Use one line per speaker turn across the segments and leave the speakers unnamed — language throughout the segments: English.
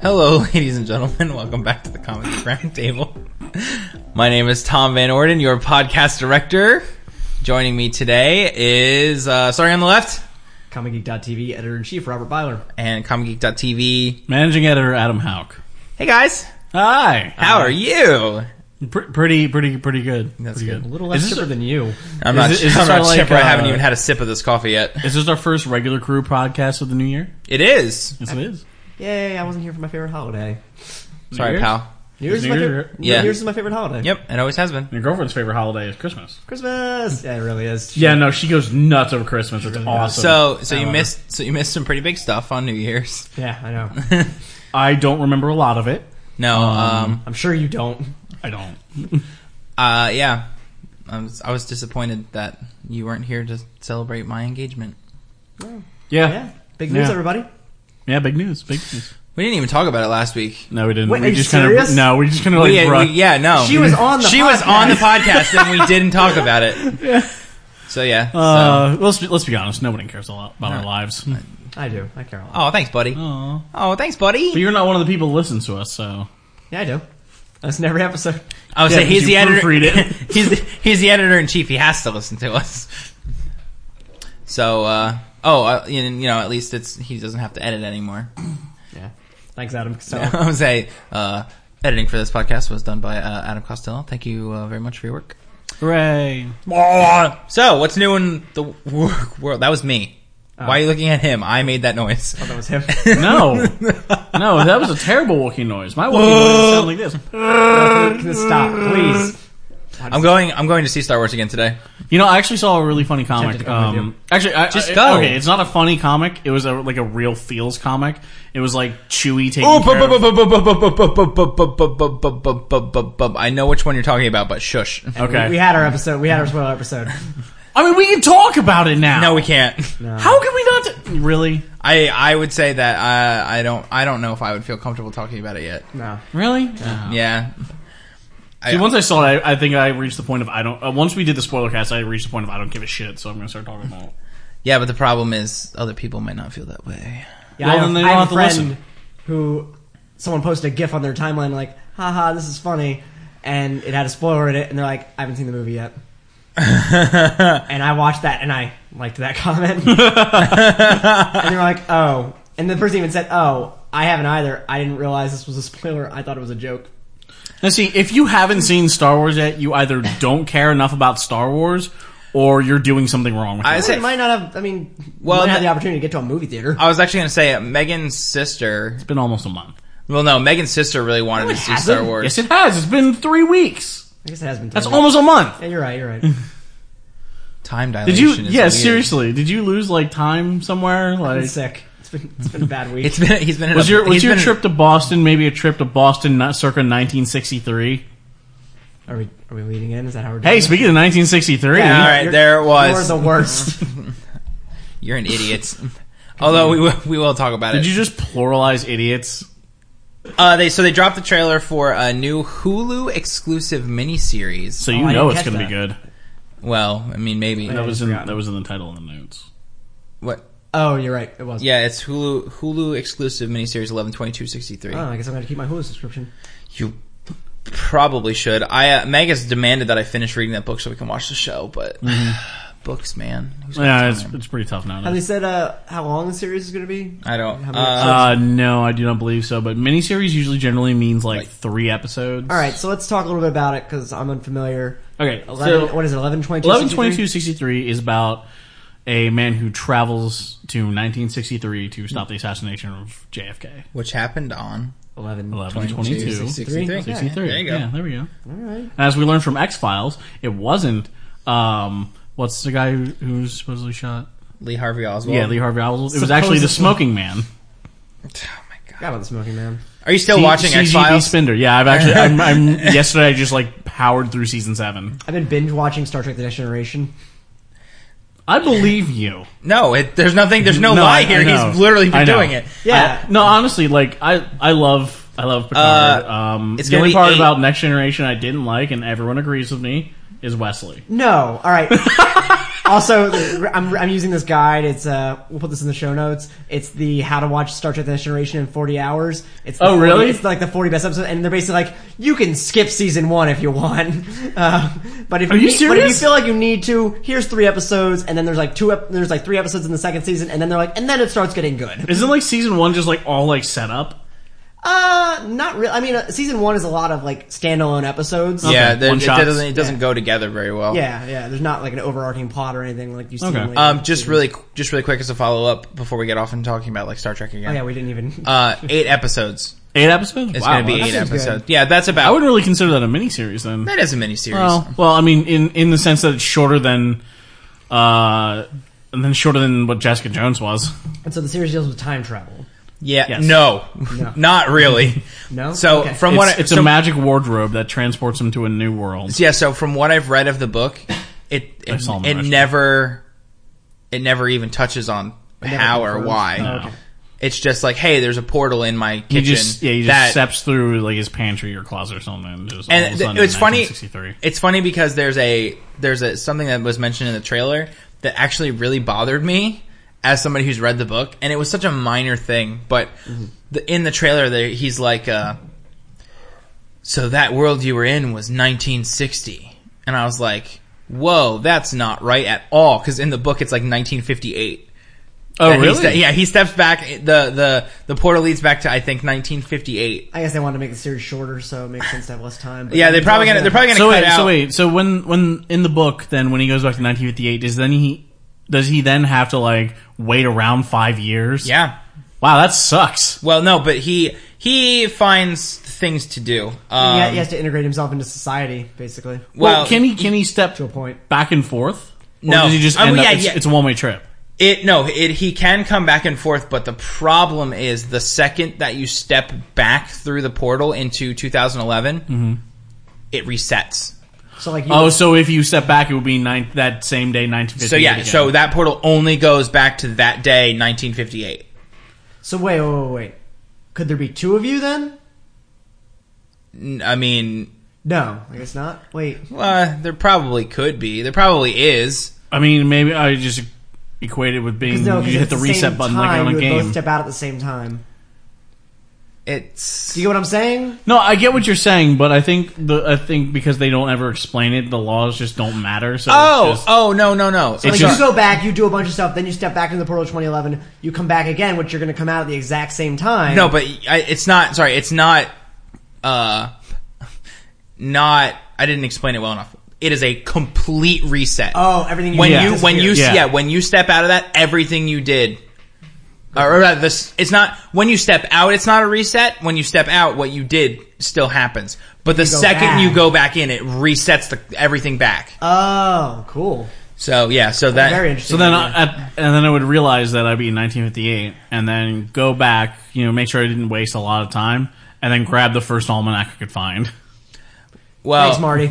Hello, ladies and gentlemen. Welcome back to the Comic Roundtable. My name is Tom Van Orden, your podcast director. Joining me today is uh, sorry on the left
ComicGeek.tv editor in chief Robert Byler.
and ComicGeek.tv.
Managing editor Adam Hauk.
Hey guys,
Hi.
how are you?
Pr- pretty, pretty, pretty good.
That's
pretty
good.
A little less
is,
chipper
this,
than you.
I'm
Is
not.
it- is
I'm
this
not
our, like,
chipper. I haven't
uh,
even had a sip of this coffee yet.
is this our first regular crew podcast of the new year?
It is.
Yes, it is.
Yay! I wasn't here for my favorite holiday.
Sorry,
Year's?
pal.
New Year's is
New
my
Year-
favorite.
Yeah.
New Year's is my favorite holiday.
Yep, it always has been.
Your girlfriend's favorite holiday is Christmas.
Christmas. Yeah, it really is.
Yeah, no, she goes nuts over Christmas. It's awesome.
So, so
I
you
love
missed. So you missed some pretty big stuff on New Year's.
Yeah, I know.
it. I don't remember a lot of it.
No. um
I'm sure you don't.
I don't.
Uh, yeah. I was, I was disappointed that you weren't here to celebrate my engagement.
Yeah.
Yeah. Big news,
Yeah.
everybody.
Yeah, big news. Big news.
We didn't even talk about it last week.
No, we didn't.
Wait,
we
are you
just
serious?
of no. We just kind of like
We- we-
bruh.
yeah, no.
She was on the
She was
podcast.
on the podcast and we didn't talk about it. So yeah. So.
Uh, let's be, let's be honest. Nobody cares a lot about our lives.
I do. I care a lot.
oh, thanks, buddy.
Aw.
Oh, thanks,
But
buddy.
you're not one of the people who listens to us, so
Yeah, I do. That's in every episode.
I would
Yeah,
say Oh, he's
because
the
you
editor.
proofread it.
he's the, he's the editor in chief. He has to listen to us. So, uh, oh, uh, you you know, at least it's he doesn't have to edit anymore.
Yeah. Thanks, Adam. So,
I would say uh, editing for this podcast was done by uh, Adam Costello. Thank you uh, very much for your work.
hooray!
So, what's new in the work world? That was me. Why are you looking at him? I made that noise.
that was him.
No, no, that was a terrible walking noise. My walking noise sounded like this.
Stop, please.
I'm going. I'm going to see Star Wars again today.
You know, I actually saw a really funny
Tempted
comic.
to come with
Um, actually, I,
Just
I-
go.
Okay, it's not a funny comic. It was a, like a real feels comic. It was like Chewy taking
Oh,
care of-
I know which one you're talking about, but shush.
Okay,
We had our episode. We had our spoiler episode.
I mean, we can talk about it now.
No, we can't.
How can we not? t- really,
I I would say that uh, I I don't I don't know if I would feel comfortable talking about it yet.
No.
really.
Yeah.
See, once I saw it, I, I think I reached the point of I don't. Uh, once we did the spoiler cast, I reached the point of I don't give a shit. So I'm going to start talking about. it.
Yeah, but the problem is other people might not feel that way.
Yeah,
Well,
I have,
then they
I
don't have
have a
to
friend
listen.
who someone posted a GIF on their timeline like, haha, this is funny. And it had a spoiler in it, and they're like, I haven't seen the movie yet. and I watched that, and I liked that comment. and they're like, oh. And the person even said, oh, I haven't either. I didn't realize this was a spoiler. I thought it was a joke.
Now, see, if you haven't seen Star Wars yet, you either don't care enough about Star Wars, or you're doing something wrong. With
I
it.
say-
It might not have, I mean,
Well,
well, might have
that-
the opportunity to get to a movie theater.
I was actually going to say uh, Megan's sister.
It's been almost a month.
Well, no, Megan's sister really wanted to see Star
hasn't.
Wars. Mm-hmm.
Yes, it has. It's been three weeks.
I guess it has been.
That's
done.
almost a month.
Yeah, you're right, you're right.
Time
Did
dilation.
you?
Is
Yeah,
weird.
seriously. Did you lose like time somewhere?
I'm
Like,
sick. It's been, it's been a bad week.
It's been. He's been. in
was
a-
your was
he's
your
been in-
trip to Boston maybe a trip to Boston not circa 1963?
Are we, are we leading in? Is that how we're doing
Hey,
this?
speaking of 1963,
Yeah,
All right,
you're-
there it was.
You're the worst.
You're an idiot. Although we will, we will talk about
did
it.
you just pluralize idiots?
uh, they so they dropped the trailer for a new Hulu exclusive miniseries.
So you
Oh, I
know
didn't
it's
catch
going to be
that.
good.
well, I mean, maybe
That was in
forgot.
that was in the title of the notes.
what?
oh, you're right. It was.
Yeah, it's Hulu Hulu exclusive miniseries eleven twenty two sixty three.
Ah.
Oh, I guess I'm gonna keep my Hulu subscription.
You probably should. I uh, Meg has demanded that I finish reading that book so we can watch the show, but books, man. Who's got
Mm-hmm. Yeah, it's,
time?
it's pretty tough now.
Have they said uh, how long the series is gonna be?
I don't.
How many
Uh,
Uh, no, I do not believe so. But miniseries usually generally means like
Like-
three episodes.
All right, so let's talk a little bit about it because I'm unfamiliar.
Okay.
11,
so
what is it? Eleven twenty two.
eleven twenty two sixty three is about a man who travels to nineteen sixty three to stop the assassination of JFK.
which happened on
Eleven. All
Eleven twenty two sixty
63.
Sixty
three.
There you go.
Yeah, there we go.
right.
As we learned from X Files, it wasn't. Um, what's the guy who, who's supposedly shot?
Lee Harvey Oswald.
yeah, Lee Harvey Oswald. It was actually the
Supposedly.
smoking man.
Oh my god.
Got about the Smoking Man.
Are you still watching
C-
X
CGB
Files?
Spender. Yeah, I've actually. I'm, I'm yesterday. I just like powered through season seven.
I've been binge watching Star Trek: The Next Generation.
I believe you.
No, it, there's nothing. There's no,
No,
lie
I-
here.
I know.
He's literally
I
been
know.
doing it.
Yeah.
I- no, honestly, like I, I love, I love Picard. um,
Uh, it's
the
gonna
only
be
part
eight-
about Next Generation I didn't like, and everyone agrees with me, is Wesley.
no. All right. also, I'm, I'm using this guide. It's uh, we'll put this in the show notes. It's the how to watch Star Trek: The Next Generation in 40 hours. It's the
Oh,
40
really?
It's like the 40 best episodes, and they're basically like you can skip season one if you want. Uh, but if
Are you
need- But if you
serious?
feel like you need to, here's three episodes, and then there's like two. Ep- there's like three episodes in the second season, and then they're like, and then it starts getting good.
Isn't like season one just like all like set up?
Uh, not really. I mean, uh, season one is a lot of like standalone episodes.
yeah,
Okay,
there-
one
it
shots.
doesn't it doesn't go together very well.
Yeah, yeah. There's not like an overarching plot or anything like you see. in
Okay.
later
Um, just
seasons.
really, qu- just really quick as a follow up before we get off and talking about like Star Trek again.
Oh, yeah, we didn't
Um,
even.
uh, eight episodes.
Eight episodes.
It's
wow,
going to be
that's-
eight
seems good.
episodes. Yeah, that's about.
I would really consider that a miniseries then.
that is a miniseries.
Well, well, I mean, in in the sense that it's shorter than, uh, and then shorter than what Jessica Jones was.
And so the series deals with time travel.
yeah,
yes.
no, not really.
No?
So
Okay.
from
It's,
what I,
it's
so-
a magic wardrobe that transports him to a new world.
yeah, so from what I've read of the book, it it,
saw him
it
rush.
never it never even touches on
never
how or
confirms. Oh,
why.
No. Okay.
It's just like, hey, there's a portal in my
He
kitchen.
just yeah, he just
that-
steps through like his pantry or closet or something. And, just all of
and
a
th-
sudden
it's
in
funny.
1963.
It's funny because there's a there's a something that was mentioned in the trailer that actually really bothered me as somebody who's read the book, and it was such a minor thing, but
Mm-hmm.
the, in the trailer, there he's like, uh, "So that world you were in was 1960," and I was like, "Whoa, that's not right at all," because in the book it's like 1958.
Oh
And he
really?
ste- yeah, he steps back. the the The portal leads back to I think 1958.
I guess they wanted to make the series shorter, so it makes sense to have less time. But
Yeah, they're probably gonna they're probably gonna
So
cut
wait,
out.
so wait, so when when in the book then when he goes back to 1958, does then he does he then have to like wait around five years?
Yeah.
Wow, that sucks.
Well, no, but he he finds things to do. Um,
Yeah, he has to integrate himself into society, basically.
Well,
can he can he step
To a point.
back and forth? Or
No.
does he just
Oh,
end
yeah,
up, it's,
yeah.
it's a one way trip.
it no, it he can come back and forth, but the problem is the second that you step back through the portal into 2011,
Mm-hmm.
it resets.
So like, you,
Oh, so if you step back, it would be nine, that same day, 1958.
So yeah,
again.
so that portal only goes back to that day, 1958.
so wait, wait, wait, wait. Could there be two of you then?
N- I mean,
No, I guess not. Wait,
well, there probably could be. There probably is.
I mean, maybe I just equate it with being
'Cause no, 'cause
you
at
hit the reset
same
button
time,
like
you
on a
would
game.
Both step out at the same time.
It's
Do you get what I'm saying?
no, I get what you're saying, but I think the I think because they don't ever explain it, the laws just don't matter. So
oh
it's just,
oh no no no.
It's
Like
just-
you go back, you do a bunch of stuff, then you step back into the portal of 2011. You come back again, which you're going to come out at the exact same time.
No, but I, it's not. Sorry, it's not. Uh, not. I didn't explain it well enough. It is a complete reset.
Oh, everything you
when
did
you when you yeah.
disappears. Yeah.
when you step out of that, everything you did. Or, or rather, this it's not when you step out. It's not a reset. When you step out, what you did still happens. But the
go
second
back.
you go back in, it resets the everything back.
Oh, cool.
So yeah, so uh, that
Very interesting.
So then,
idea.
I, I- and then I would realize that I'd be in 1958, and then go back, you know, make sure I didn't waste a lot of time, and then grab the first almanac I could find.
well,
Oh.
Thanks, Marty.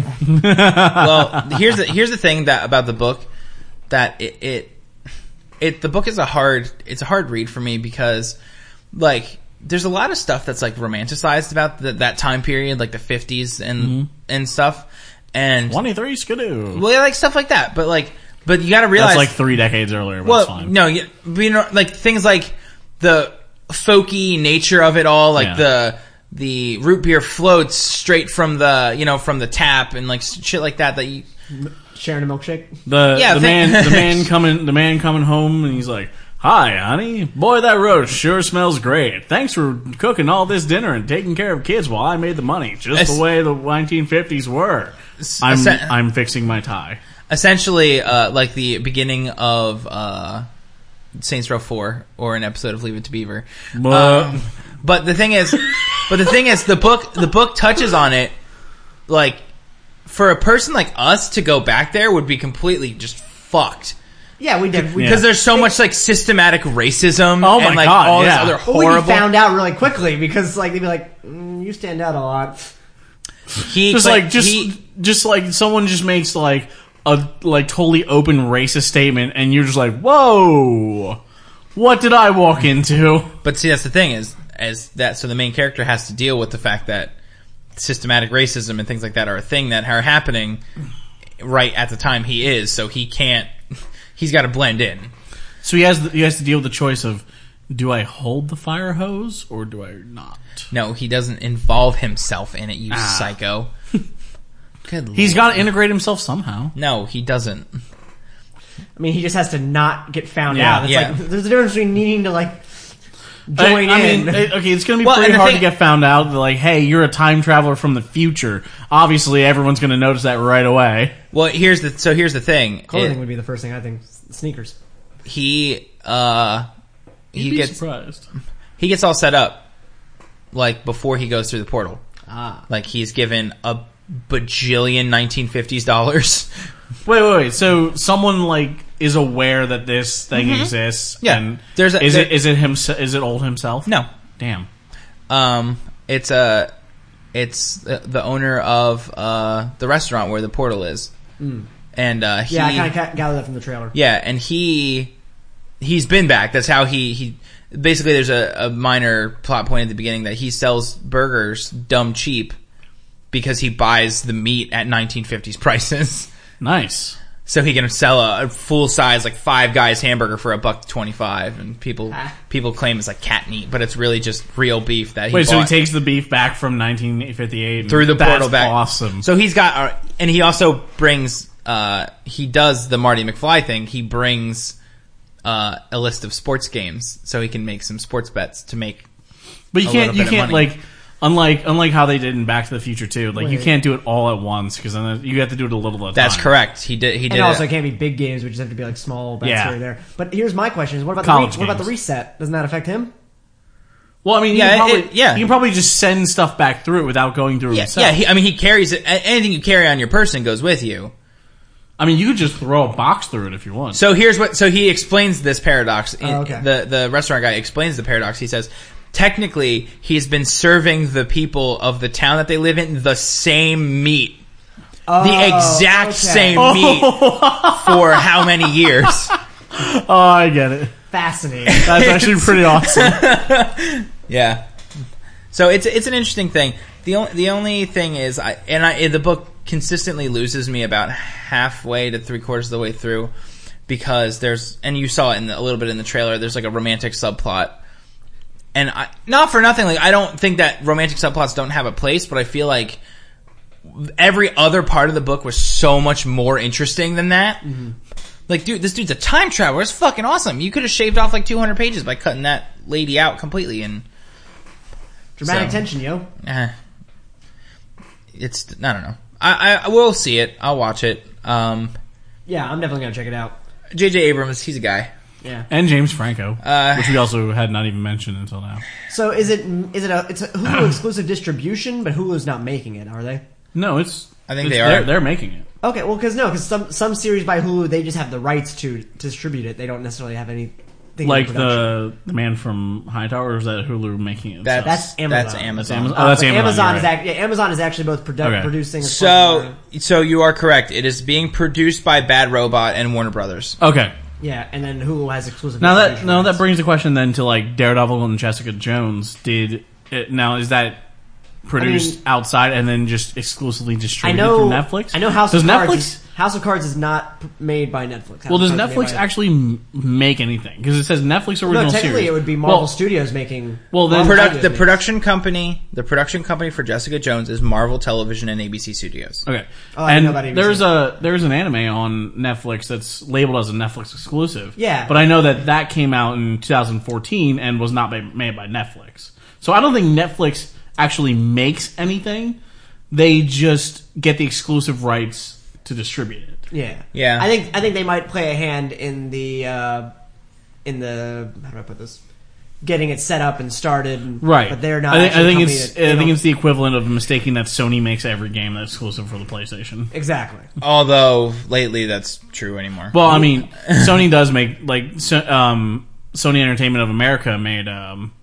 well, here's the here's the thing that about the book that it, it it the book is a hard it's a hard read for me because like there's a lot of stuff that's like romanticized about the, that time period like the 50s and
Mm-hmm.
and stuff and
23 Skidoo.
well, yeah, like stuff like that but like but you got to realize
That's like three decades earlier, but
well,
it's fine.
no, you, but you know, like things like the folky nature of it all, like
Yeah.
the the root beer floats straight from the you know from the tap and like shit like that that you
Sharing a milkshake.
The
Yeah,
the
thank-
man the man coming the man coming home and he's like, "Hi, honey. Boy, that roast sure smells great. Thanks for cooking all this dinner and taking care of kids while I made the money, just
Es-
the way the 1950s were." I'm
es-
I'm fixing my tie.
essentially uh, like the beginning of uh, Saints Row Four or an episode of Leave It to Beaver.
But-
Um, but the thing is, but the thing is, the book the book touches on it. Like for a person like us to go back there would be completely just fucked.
Yeah, we did. We,
Yeah.
Because there's so much like systematic racism
Oh my
and like
God,
all
yeah.
this other
But we
horrible.
found out really quickly because like they'd be like, mm, "You stand out a lot."
he
Just
but
like just
he-
just like someone just makes like a like totally open racist statement and you're just like, "Whoa. What did I walk into?"
But see, that's the thing is, as that, so the main character has to deal with the fact that systematic racism and things like that are a thing that are happening right at the time he is, so he can't, he's got to blend in.
So he has the, he has to deal with the choice of do I hold the fire hose or do I not?
No, he doesn't involve himself in it. You
Ah.
psycho. Good. lord.
He's got to integrate himself somehow.
No, he doesn't.
I mean, he just has to not get found
Yeah,
out. It's
yeah.
like there's a difference between needing to like
I,
join
I
in.
mean, it- okay, it's going to be
Well,
pretty
and the
hard
thing-
to get found out. that, Like, hey, you're a time traveler from the future. Obviously, everyone's going to notice that right away.
Well, here's the so here's the thing.
Clothing
It-
would be the first thing I think. S- Sneakers.
he uh he
You'd be
gets
surprised.
he gets all set up like before he goes through the portal.
Ah,
Like he's given a bajillion 1950s dollars.
Wait, wait, wait. So someone like is aware that this thing exists.
Mm-hmm. Yeah.
and
There's a-
is
there-
it is it himself? Is it old himself?
No.
Damn.
Um it's a it's the, the owner of uh the restaurant where the portal is. And uh he
Mm. yeah, I kind of gathered that from the trailer.
Yeah, and he he's been back. That's how he he basically there's a, a minor plot point at the beginning that he sells burgers dumb cheap because he buys the meat at 1950s prices.
Nice.
So he can sell a, a full size like five guys hamburger for a buck twenty five, and people
Ah.
people claim it's like cat meat, but it's really just real beef that he
Wait, so he
bought
takes the beef back from 1958
through the
That's
portal back.
Awesome.
So he's got, uh, and he also brings. Uh, he does the Marty McFly thing. He brings uh, a list of sports games so he can make some sports bets to make.
But you
a
can't
little
you
bit of
can't
money.
like unlike unlike how they did in Back to the Future too. Like you
Wait.
can't do it all at once because then you have to do it a little at a
That's
time.
correct. He did. He did.
And also,
it.
it can't be big games. We just have to be like small bets
Yeah.
here and there. But here's my question: Is what about
College
the re- what about
games.
the reset? Doesn't that affect him?
Well, I mean,
Yeah,
yeah, you can
it-
probably,
it- yeah.
you can probably just send stuff back through it without going through it
yeah,
yourself.
yeah. He, I mean, he carries it. a- Anything you carry on your person goes with you.
I mean, you could just throw a box through it if you want.
So here's what. So he explains this paradox.
Oh, okay.
The the restaurant guy explains the paradox. He says, technically, he's been serving the people of the town that they live in the same meat, the exact
Oh, okay.
same meat for how many years?
oh, I get it.
Fascinating.
That's actually pretty awesome.
Yeah. So it's it's an interesting thing. The only the only thing is I and I the book consistently loses me about halfway to three quarters of the way through because there's and you saw it in the, a little bit in the trailer. There's like a romantic subplot. And I, not for nothing, like I don't think that romantic subplots don't have a place, but I feel like every other part of the book was so much more interesting than that. Like, dude, this dude's a time traveler. It's fucking awesome. You could have shaved off like 200 pages by cutting that lady out completely and
Dramatic
So.
tension, yo.
Eh. It's I don't know. I, I I will see it. I'll watch it. Um,
Yeah, I'm definitely gonna check it out.
J.J. Abrams, he's a guy.
Yeah.
And James Franco,
Uh,
which we also had not even mentioned until now.
So is it is it a it's a Hulu exclusive distribution, but Hulu's not making it, are they?
No, it's.
I think
it's-
they are.
They're, they're making it.
Okay, well, because no, because some some series by Hulu they just have the rights to distribute it. They don't necessarily have anything
Like
in production.
the the man from Hightower, or is that Hulu making it? itself?
That's Amazon.
That's Amazon. Uh,
That's Amazon. Oh, that's
But
Amazon. you're
is
right.
act- yeah, Amazon is actually both produ-
Okay.
producing. as well as-
So so you are correct. It is being produced by Bad Robot and Warner Brothers.
Okay.
yeah, and then Hulu has exclusive.
Now that
distribution
now that
rights.
brings the question then to like Daredevil and Jessica Jones. Did it, now is that produced
I mean-
outside and then just exclusively
I
distributed
know
through Netflix?
I know House
does
of
Netflix.
Cards. Is, House of Cards is not p- made by Netflix. House
well,
of
does
Cards is made
Netflix
by-
actually m- make anything? Because it says Netflix original
No, technically
series.
it would be Marvel
Well,
Studios making.
Well, then-
Marvel
Product, the
Studios
production company, the production company for Jessica Jones is Marvel Television and ABC Studios.
Okay.
Oh, I didn't
and
know about ABC.
there's a there's an anime on Netflix that's labeled as a Netflix exclusive.
Yeah.
But I know that that came out in 2014 and was not ma- made by Netflix. So I don't think Netflix actually makes anything. They just get the exclusive rights to distribute it.
Yeah,
Yeah.
I think I think they might play a hand in the uh, in the how do I put this? Getting it set up and started, and,
Right.
But they're not.
I think, I
actually a
think
company
it's
that- they
I
don't-
think it's the equivalent of mistaking that Sony makes every game that's exclusive for the PlayStation.
exactly.
Although lately that's true anymore.
Well, I mean, Sony does make like so, um, Sony Entertainment of America made um,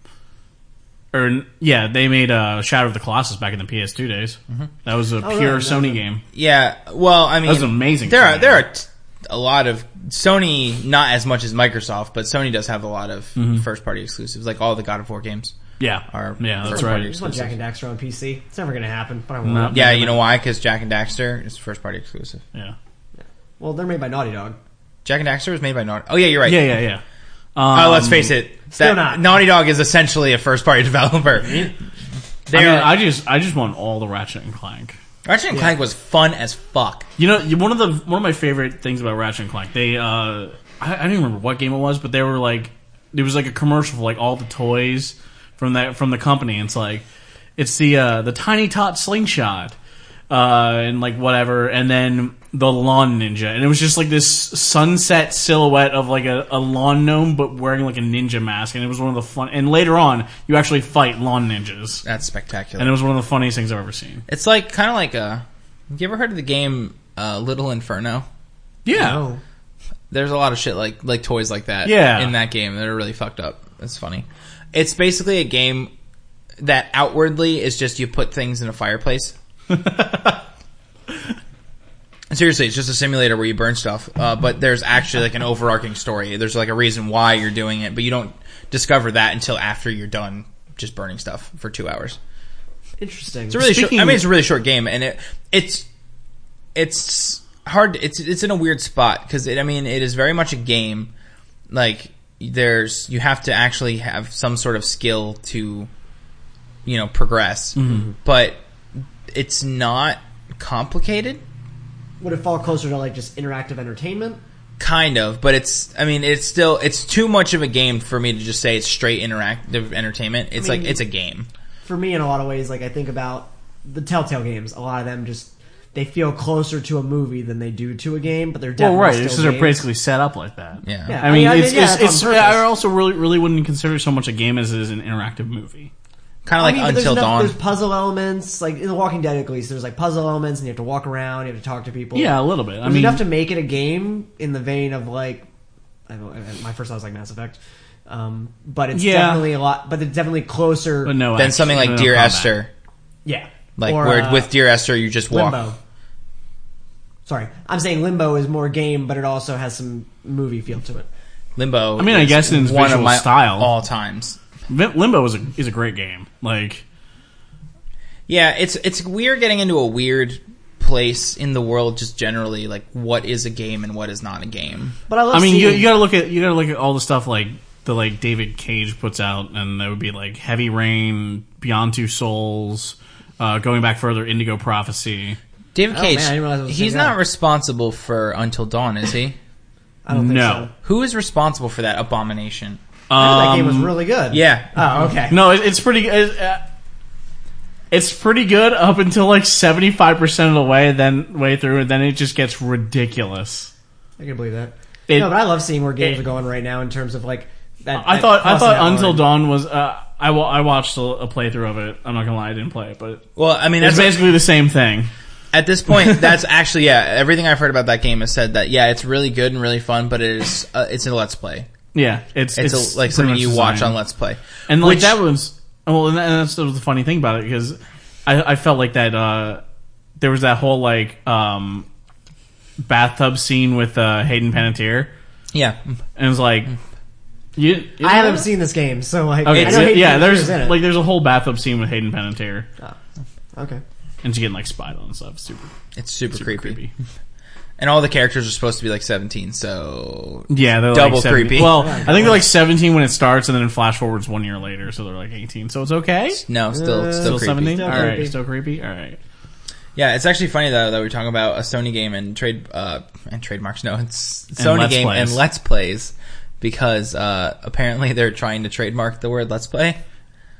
or yeah, they made uh, Shadow of the Colossus back in the PS2 days.
Mm-hmm.
That was a
yeah,
pure
that
Sony
was a-
game.
yeah. Well, I mean,
That was an amazing
There are
game.
there are t- a lot of Sony, not as much as Microsoft, but Sony does have a lot of
Mm-hmm.
first party exclusives, like all the God of War games.
Yeah,
Our
yeah, that's
first party
right.
Just want Jack and Daxter on PC. It's never going to happen, but I want.
No.
it.
Yeah, you know why? Because Jack and Daxter is first party exclusive.
Yeah,
Well, they're made by Naughty Dog.
Jack and Daxter was made by Naughty. Oh yeah, you're right.
Yeah, yeah, yeah. Um,
Uh, let's face it.
still
that-
not.
Naughty Dog is essentially a first party developer.
I, mean,
They're-
I just I just want all the Ratchet and Clank.
Ratchet and Clank was fun as fuck.
You know, one of the one of my favorite things about Ratchet and Clank, they uh, I, I don't even remember what game it was, but they were like, there was like a commercial for like all the toys from that from the company. And it's like, it's the uh, the tiny tot slingshot, uh, and like whatever, and then the lawn ninja, and it was just like this sunset silhouette of like a, a lawn gnome, but wearing like a ninja mask, and it was one of the fun. And later on, you actually fight lawn ninjas,
That's
and
spectacular.
it was one of the funniest things I've ever seen.
It's like kind of like a. You ever heard of the game uh, Little Inferno?
Yeah.
No.
There's a lot of shit like like toys like that.
Yeah.
In that game, that are really fucked up. It's funny. It's basically a game that outwardly is just you put things in a fireplace. Seriously, it's just a simulator where you burn stuff, uh, but there's actually like an overarching story. There's like a reason why you're doing it, but you don't discover that until after you're done just burning stuff for two hours.
Interesting.
It's a really
Speaking-
short. I mean, it's a really short game, and it it's it's hard. It's it's in a weird spot because it. I mean, it is very much a game. Like there's you have to actually have some sort of skill to, you know, progress.
Mm-hmm.
But it's not complicated,
Would it fall closer to like just interactive entertainment?
kind of. But it's. I mean, it's still it's too much of a game for me to just say it's straight interactive entertainment. It's
mean-
like it's a game.
For me, in a lot of ways, like I think about the Telltale games. A lot of them just they feel closer to a movie than they do to a game, but they're
Well,
definitely
right.
Still
This is are
games.
basically set up like that.
Yeah.
Yeah.
I mean,
I mean,
it's,
yeah,
it's,
it's
it's,
on purpose.
I also really, really wouldn't consider it so much a game as it is an interactive movie.
Kind of
I
like
mean, but there's
Until
enough-
Dawn.
There's puzzle elements, like in The Walking Dead at least. There's like puzzle elements, and you have to walk around, you have to talk to people.
Yeah, a little bit. I
There's
mean,
enough to make it a game in the vein of like, I don't, I- I- my first thought was like Mass Effect, um, but it's
Yeah.
definitely a lot. But it's definitely closer.
but no,
Then
action,
something like
no
Dear
combat.
Esther.
Yeah.
Like
Or,
where
uh,
with Dear Esther, you just walk.
Limbo. Sorry, I'm saying Limbo is more game, but it also has some movie feel to it.
Limbo.
I mean, I
is
guess in its
one of
visual
my
style.
all times.
Vim- Limbo is a is a great game. Like,
Yeah, it's it's we're getting into a weird place in the world just generally. Like, what is a game and what is not a game?
But I love.
I mean, you,
seeing,
you gotta look at you gotta look at all the stuff like the like David Cage puts out, and that would be like Heavy Rain, Beyond Two Souls, uh, going back further, Indigo Prophecy.
David
Oh,
Cage.
man, I didn't realize it was the
he's
same guy.
not responsible for Until Dawn, is he?
I don't think
No.
Who is responsible for that abomination?
so. I thought that game was
Um,
really good.
Yeah.
Oh, okay.
No, it, it's pretty. It, uh, it's pretty good up until like seventy five percent of the way, then way through, and then it just gets ridiculous.
I can believe that.
It-
no, but I love seeing where games
it-
are going right now in terms of like. That,
I
that
thought I
crossing that
thought Until
line.
Dawn was. Uh, I wa- I watched a, a playthrough of it. I'm not gonna lie, I didn't play it, but
Well, I mean,
it's
that's
basically the same thing.
At this point, that's actually yeah. Everything I've heard about that game has said that yeah, it's really good and really fun, but it is uh, it's a let's play.
Yeah, it's
It's,
it's
a, like
pretty
something
much
you
the
watch
same.
on Let's Play.
and like
Which-
that was well, and that- and that's that was the funny thing about it because I, I felt like that uh, there was that whole like um, bathtub scene with uh, Hayden Panettiere,
Yeah,
and it was like. You, you
I
know-
haven't seen this game, so like.
Okay,
I
so-
know Hayden
yeah, there's
Panettiere's in it. Oh,
like there's a whole bathtub scene with Hayden Panettiere,
Okay.
and she's getting like spied on and stuff. It's Super,
it's super,
super
creepy.
creepy.
And all the characters are supposed to be like 17, so
Yeah, they're
Double
like 70
creepy.
Well, I think they're like 17 when it starts, and then it flash forwards one year later, so they're like 18. So it's okay.
no, still still
Uh,
Still
creepy.
17.
Still
All right,
creepy.
still creepy. All right.
Yeah, it's actually funny though that we're talking about a Sony game and trade uh and trademarks. No, it's
And
Sony
Let's
game
Plays.
and Let's Plays because uh apparently they're trying to trademark the word Let's Play.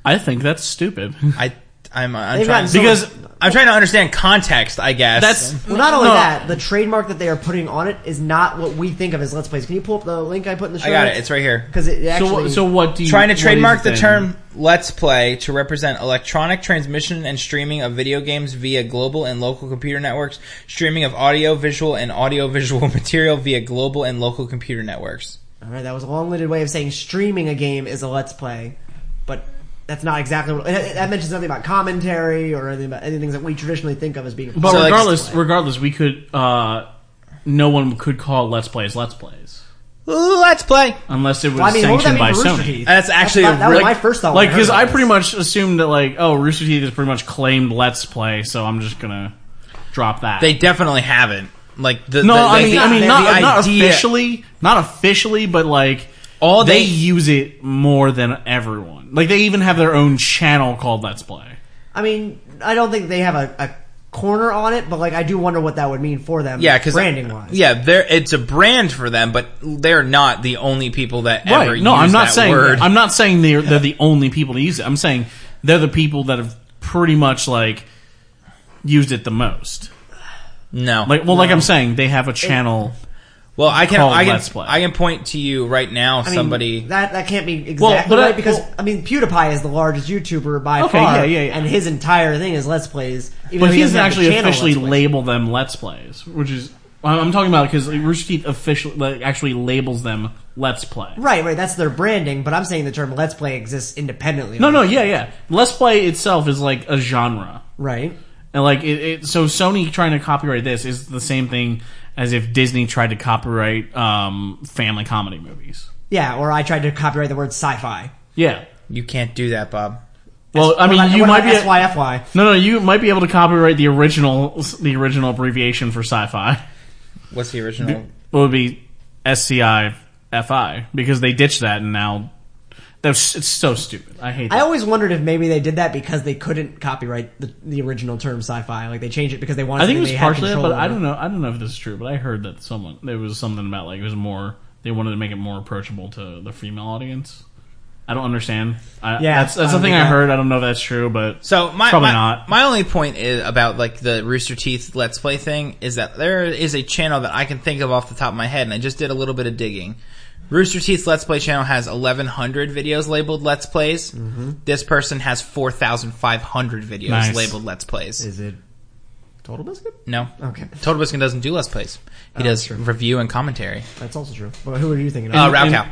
I think that's stupid
I I'm uh, I'm
They've
trying
gotten so
because
I'm trying to understand context, I guess.
that's
Well, not only
no,
that, the trademark that they are putting on it is not what we think of as Let's Plays. Can you pull up the link I put in the show?
I got it. It's right here.
because it
So,
actually.
what- so what do you
Trying to
what
trademark
is
the
then?
term Let's Play to represent electronic transmission and streaming of video games via global and local computer networks, streaming of audio, visual, and audiovisual material via global and local computer networks.
All right, that was a long-winded way of saying streaming a game is a Let's Play, but that's not exactly what. and That that mentions nothing about commentary or anything about anything that we traditionally think of as being.
But
So, like,
regardless, regardless, we could. uh No one could call Let's Plays Let's Plays
Let's Play.
unless it was
Well, I mean, what would that
sanctioned
mean
by
for Rooster
Sony.
Teeth?
That's actually
my- that was
really-
my first thought. when
Like,
heard
because
about
I
this.
pretty much assumed that, like, oh, Rooster Teeth has pretty much claimed Let's Play, so I'm just gonna drop that.
They definitely haven't. Like the
No,
the-
I
the-
mean,
the-
I mean,
the
not, not
idea-
officially, not officially, but like
All
they,
they-
use it more than everyone. Like they even have their own channel called Let's Play.
I mean, I don't think they have a, a corner on it, but like I do wonder what that would mean for them.
Yeah,
uh,
because
branding wise.
yeah, they're it's a brand for them, but they're not the only people that ever
Right? No,
use
I'm not
that
saying
word.
I'm not saying they're they're the only people to use it. I'm saying they're the people that have pretty much like used it the most.
no,
Like, well, like I'm saying, they have a channel.
well, I can
called
I can
Let's Play.
I can point to you right now
I mean,
somebody
that that can't be exactly
Well, but I-
right because
well-
I mean PewDiePie is the largest YouTuber by
Okay,
far,
yeah, yeah, yeah.
and his entire thing is let's plays. even
But
though
he doesn't
have the
actually
channel
officially
Let's Plays.
label them Let's Plays, which is I'm I'm talking about because like, Rooster Teeth officially like, actually labels them Let's Play.
Right, right. That's their branding, but I'm saying the term let's play exists independently.
No, no, yeah, yeah. Let's Play itself is like a genre,
Right.
and like it, it. So Sony trying to copyright this is the same thing as if Disney tried to copyright um, family comedy movies.
Yeah, or I tried to copyright the word sci-fi.
Yeah.
You can't do that, Bob.
Well, I mean,
What about-
you
what
might
about
be
SYFY.
no, no. You might be able to copyright the original, the original abbreviation for sci-fi.
What's the original?
It would be SCI FI because they ditched that and now that's it's so stupid. I hate
I
that.
always wondered if maybe they did that because they couldn't copyright the, the original term sci-fi. Like they changed it because they wanted.
I think it was
something they had
partially that,
control
but I
over.
don't know. I don't know if this is true, but I heard that someone there was something about like it was more they wanted to make it more approachable to the female audience. I don't understand. I,
Yeah,
yeah, that's that's the
I don't
thing
think
I
that-
heard. I don't know if that's true, but
So my
probably
my,
not.
my only point is about like the Rooster Teeth Let's Play thing is that there is a channel that I can think of off the top of my head, and I just did a little bit of digging. Rooster Teeth Let's Play channel has 1,100 videos labeled Let's Plays. This person has 4,500 videos
Mm-hmm. Nice.
labeled Let's Plays.
Is it Total Biscuit?
No,
Okay,
Total Biscuit doesn't do Let's Plays.
Oh,
He does review and commentary.
that's also true. But who are you thinking of?
Uh,
And-
Rao
and-
Cow.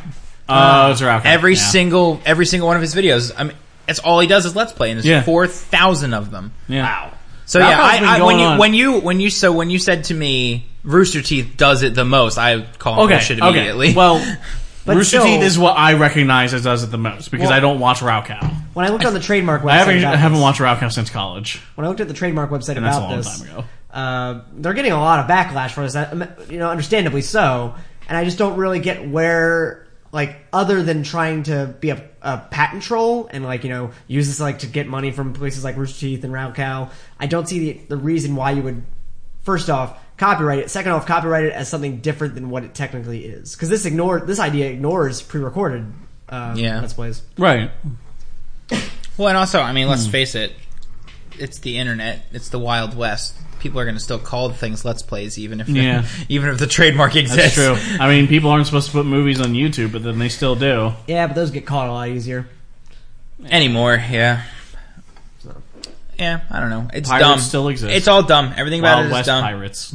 Uh, it's Rao Cow,
Every
yeah.
single every single one of his videos. I mean, that's all he does is Let's Play, and there's
Yeah.
4,000 of them.
yeah.
So
That
yeah,
has been
I, I,
going
when you
on.
when you when you so when you said to me Rooster Teeth does it the most, I call
Okay.
bullshit
okay.
immediately.
Well,
But
Rooster
still-
Teeth is what I recognize as does it the most because
Well-
I don't watch Rao Cow.
When I looked on the trademark website,
I haven't,
about
I haven't
this-
watched Rao Cow since college.
When I looked at the trademark website
that's
about
a long
this,
time ago.
uh, they're getting a lot of backlash for this. uh, You know, understandably so. And I just don't really get where, like, other than trying to be a, a patent troll and like you know use this like to get money from places like Rooster Teeth and Round Cow, I don't see the, the reason why you would. First off, copyright it. Second off, copyright it as something different than what it technically is, because this ignore this idea ignores pre-recorded. Uh,
Yeah.
let's plays.
Right.
well, and also, I mean,
Hmm.
let's face it, it's the internet, it's the Wild West. People are going to still call things Let's Plays, even if
Yeah.
even if the trademark
That's
exists.
true. I mean, people aren't supposed to put movies on YouTube, but then they still do.
Yeah, but those get caught a lot easier.
anymore. Yeah, yeah. I don't know. It's
Pirates
dumb.
still exist.
It's all dumb. Everything about it
Wild
is
West
dumb.
pirates.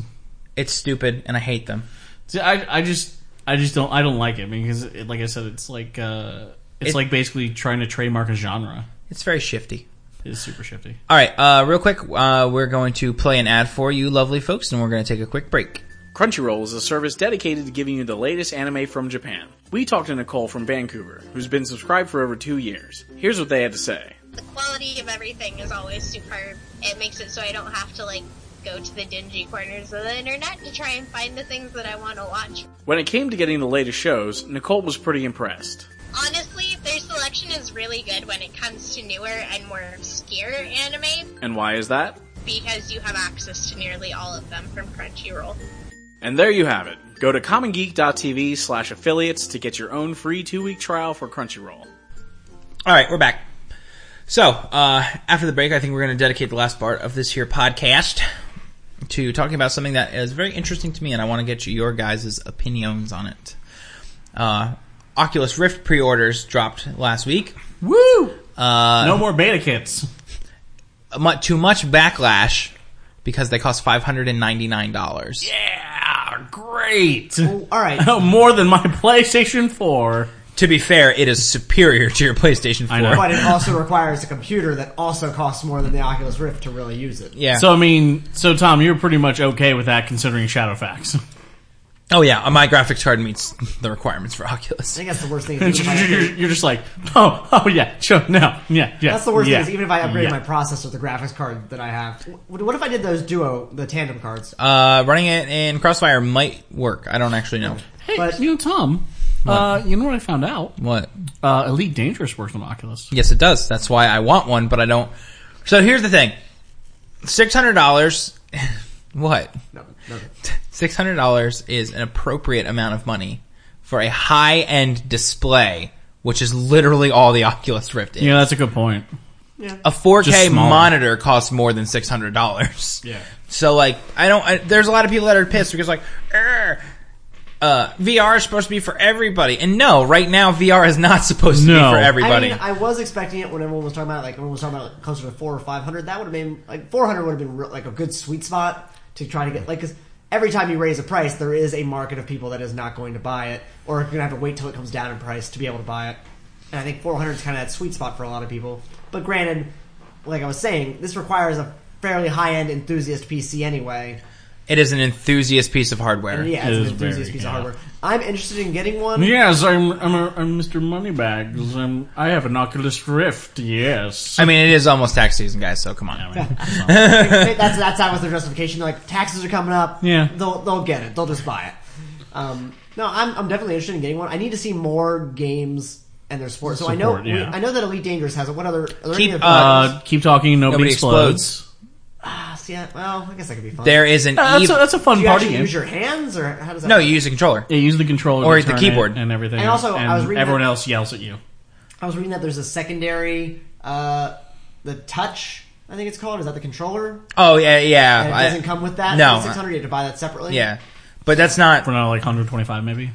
It's stupid, and I hate them.
See, I, I just, I just don't, I don't like it because, it, like I said, it's like, uh, it's
It-
like basically trying to trademark a genre.
It's very shifty.
It's super shifty.
All right, uh, real quick, uh, we're going to play an ad for you, lovely folks, and we're going to take a quick break.
Crunchyroll is a service dedicated to giving you the latest anime from Japan. We talked to Nicole from Vancouver, who's been subscribed for over two years. Here's what they had to say.
the quality of everything is always superb. It makes it so I don't have to like go to the dingy corners of the internet to try and find the things that I want to watch.
When it came to getting the latest shows, Nicole was pretty impressed.
Honestly, their selection is really good when it comes to newer and more obscure anime
And why is that?
because you have access to nearly all of them from Crunchyroll.
And there you have it. Go to commongeek.tv slash affiliates to get your own free two-week trial for Crunchyroll.
All right, we're back. So uh, after the break, I think we're going to dedicate the last part of this here podcast to talking about something that is very interesting to me, and I want to get you your guys' opinions on it. Uh, Oculus Rift pre-orders dropped last week.
Woo! Uh, no more beta kits.
Mu- too much backlash because they cost five hundred and ninety-nine dollars.
Yeah, great.
Well, all right.
Oh, more than my PlayStation 4.
To be fair, it is superior to your PlayStation Four.
I know.
but it also requires a computer that also costs more than the Oculus Rift to really use it.
Yeah.
So I mean, so Tom, you're pretty much okay with that considering Shadowfax.
Oh yeah, my graphics card meets the requirements for Oculus.
think that's the worst thing.
And
is even if I-
you're, you're just like, oh, oh yeah, sure, no, yeah, yeah.
That's the worst
yeah,
thing is even if I upgrade
yeah.
my processor, the graphics card that I have. What, what if I did those duo, the tandem cards? Oh,
Uh, running it in Crossfire might work. I don't actually know
Hey,
But-
you know, Tom, uh, you know what I found out?
what.
Uh, Elite Dangerous works on Oculus.
Yes, it does. That's why I want one, but I don't. So here's the thing: six hundred dollars. What?
No, no.
Six hundred dollars is an appropriate amount of money for a high-end display, which is literally all the Oculus Rift is.
Yeah, that's a good point.
A
Just
4K
smaller.
monitor costs more than six hundred dollars.
Yeah.
So like, I don't. I, there's a lot of people that are pissed because like, "Arr, uh, VR is supposed to be for everybody, and no, right now VR is not supposed to
No.
be for
I
everybody.
mean, I was expecting it when everyone was talking about like everyone was talking about like, closer to four or five hundred. That would have been like four hundred would have been real, like a good sweet spot to try to get like because every time you raise a price, there is a market of people that is not going to buy it or are going to have to wait till it comes down in price to be able to buy it. And I think four hundred is kind of that sweet spot for a lot of people. But granted, like I was saying, this requires a fairly high end enthusiast PC anyway.
it is an enthusiast piece of hardware.
Yeah,
It
it's an
is
enthusiast
very,
piece
yeah.
of hardware. I'm interested in getting one.
Yes, I'm I'm, a, I'm Mr. Moneybags. I'm, I have an Oculus Rift. Yes.
I mean, it is almost tax season, guys. So come on.
that's that's that was their justification. They're like taxes are coming up.
Yeah.
they'll they'll get it. They'll just buy it. Um, no, I'm I'm definitely interested in getting one. I need to see more games and their sports. So I know
Support, yeah.
I know that Elite Dangerous has it. What other? Are there
Keep,
any other
uh, keep talking. Nobody,
Nobody
explodes.
explodes.
podcasts yet? Well, I guess that could be fun.
There is an
Uh, that's, a,
ev-
that's a
Do
fun
you
party
actually
game.
use your hands or how does that?
no.
work?
You use a controller.
Yeah, use the controller
Or
to
the
turn it
keyboard.
and everything.
And also, I was
and
reading
everyone
that-
else yells at you.
I was reading that there's a secondary, uh, the touch. I think it's called. Is that the controller?
Oh yeah, yeah.
And it
I-
doesn't come with that.
No.
six hundred. You have to buy that separately.
yeah, but that's not.
For now, like 125 maybe.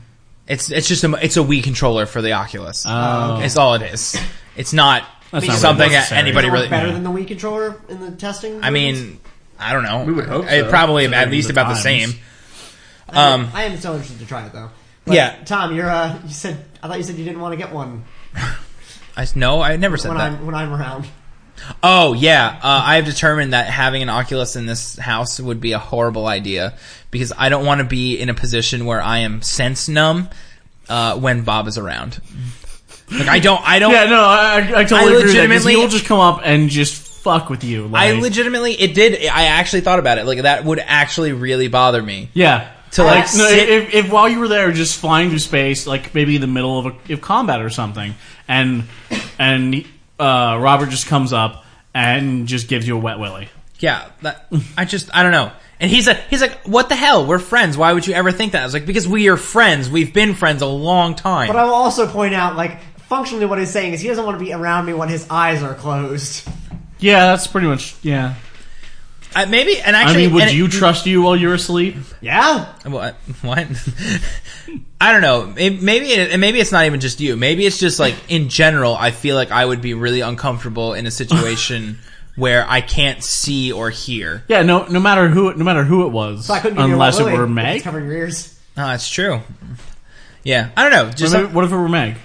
It's it's just a it's a Wii controller for the Oculus.
Oh.
It's all it is. It's not
That's
something
not really
that
necessary.
anybody
Does it work
really.
better than the Wii controller in the testing.
I mean, I don't know. We
would hope so.
probably
Considering
at least
the
about
times.
the same.
I
Um,
am- I am so interested to try it though.
Yeah.
Tom, you're uh, you said I thought you said you didn't want to get one
I s- no, I never said
when
that.
I'm when I'm around.
Oh yeah, uh, I've determined that having an Oculus in this house would be a horrible idea because I don't want to be in a position where I am sense numb uh, when Bob is around. Like I don't, I don't.
Yeah, no, I, I totally
I
agree with that.
legitimately-
He'll just come up and just fuck with you.
I
Like,
legitimately, it did. I actually thought about it. Like that would actually really bother me.
Yeah. Uh,
To, like,
no,
sit-
if, if while you were there, just flying through space, like maybe in the middle of a, of combat or something, and and uh, Robert just comes up and just gives you a wet willy.
Yeah, that, I just I don't know. And he's like he's like, what the hell? We're friends. Why would you ever think that? I was like, because we are friends. We've been friends a long time.
But I will also point out, like functionally, what he's saying is he doesn't want to be around me when his eyes are closed.
Yeah, that's pretty much. Yeah.
I, maybe and actually,
I mean, would
and it-
you trust you while you're asleep?
Yeah,
What? What? I don't know. May- Maybe it, and maybe it's not even just you. Maybe it's just like in general. I feel like I would be really uncomfortable in a situation where I can't see or hear.
Yeah. No. No matter who. No matter who it was.
so I couldn't give
unless
you a
it were
Meg
Meg.
covering your ears.
Oh, that's true. Yeah, I don't know. Just
Maybe- what if it were Meg?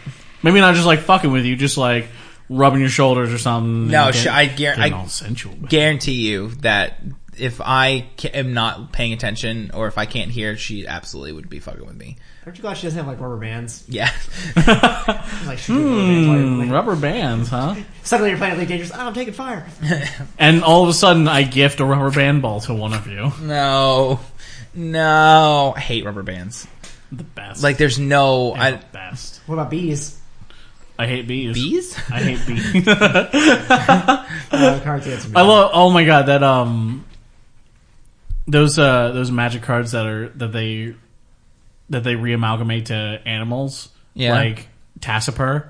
Maybe not just like fucking with you, just like rubbing your shoulders or something.
No,
and
sh-
getting-
I guar-
getting
I-
all sensual. with it.
guarantee you that if I ca- am not paying attention or if I can't hear, she absolutely would be fucking with me.
Aren't you glad she doesn't have like rubber bands?
Yeah.
It's Like, she could do rubber bands while you're
Mm,
playing.
rubber bands, huh?
Suddenly you're playing Elite Dangerous. Oh, I'm taking fire.
And all of a sudden, I gift a rubber band ball to one of you.
no. No. I hate rubber bands.
The best.
Like, there's no.
I,
I,
the best.
What about bees?
I hate bees.
bees?
I hate bees.
Uh, cards the answer.
I love. Oh my god, that um, those uh, those magic cards that are that they that they reamalgamate to animals.
Yeah.
Like Tassipur.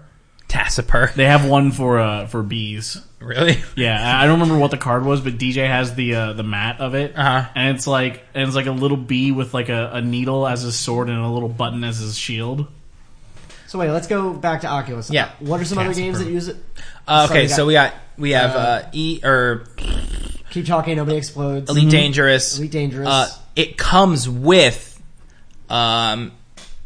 Tassiper.
They have one for uh for bees.
Really?
Yeah, I I don't remember what the card was, but DJ has the uh, the mat of it,
Uh-huh.
and it's like and it's like a little bee with like a, a needle as his sword and a little button as his shield.
So wait, let's go back to Oculus. Uh,
Yeah.
What are some other games that use it?
Uh, okay,
So
so we got. We have uh,
uh,
E or
Keep talking. Nobody explodes.
mm-hmm.
Hmm.
Elite Dangerous.
Elite Dangerous.
Uh, it comes with um,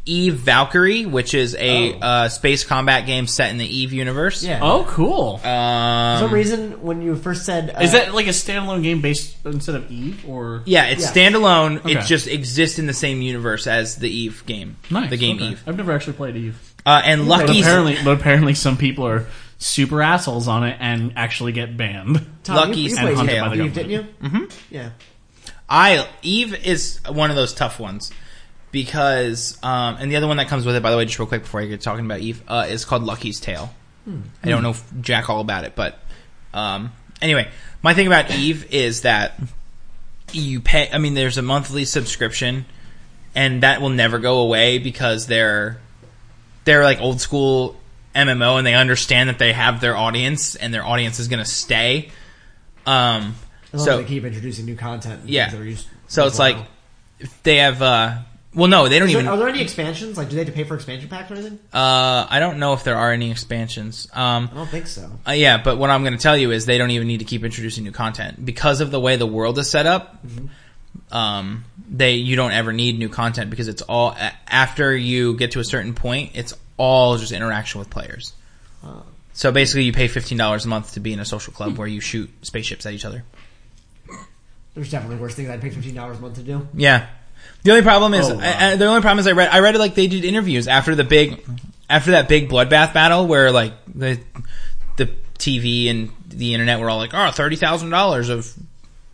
Eve Valkyrie, which is a uh, space combat game set in the Eve universe.
Yeah.
Oh, cool.
For
Um,
some reason, when you first said, uh,
is that like a standalone game based instead of Eve or?
Yeah, it's
Yeah.
standalone. It
Okay.
just exists in the same universe as the Eve game,
Nice.
the game
okay.
Eve.
I've never actually played Eve.
Uh, and
But
Lucky's
apparently, but apparently, some people are super assholes on it and actually get banned.
Tom,
Lucky
you, you
and
played
Hunted by the Government.
Eve, didn't you? Mm-hmm. Yeah.
I Eve is one of those tough ones because um, and the other one that comes with it, by the way, just real quick before I get talking about Eve, uh, is called Lucky's Tale. I don't know f- jack all about it, but um, anyway, my thing about Eve is that you pay. I mean, there's a monthly subscription, and that will never go away because they're they're like old school MMO, and they understand that they have their audience, and their audience is going to stay. Um,
As long
so
as they keep introducing new content. and
Yeah.
things that are used-
so it's
Wow.
like if they have. uh Well, no, they don't
Is there-
even.
are
Uh,
there any expansions? Like, do they have to pay for expansion packs or anything?
I don't know if there are any expansions. Um,
I don't think so.
uh, yeah, but what I'm going to tell you is they don't even need to keep introducing new content because of the way the world is set up.
Mm-hmm.
Um, they you don't ever need new content because it's all a- after you get to a certain point, it's all just interaction with players. So basically, you pay fifteen dollars a month to be in a social club
Hmm.
where you shoot spaceships at each other.
There's definitely worse things I'd pay fifteen dollars a month to do.
Yeah. The only problem is
Oh, wow.
I, I- the only problem is I read I read it like they did interviews after the big after that big bloodbath battle where like the the TV and the internet were all like oh thirty thousand dollars of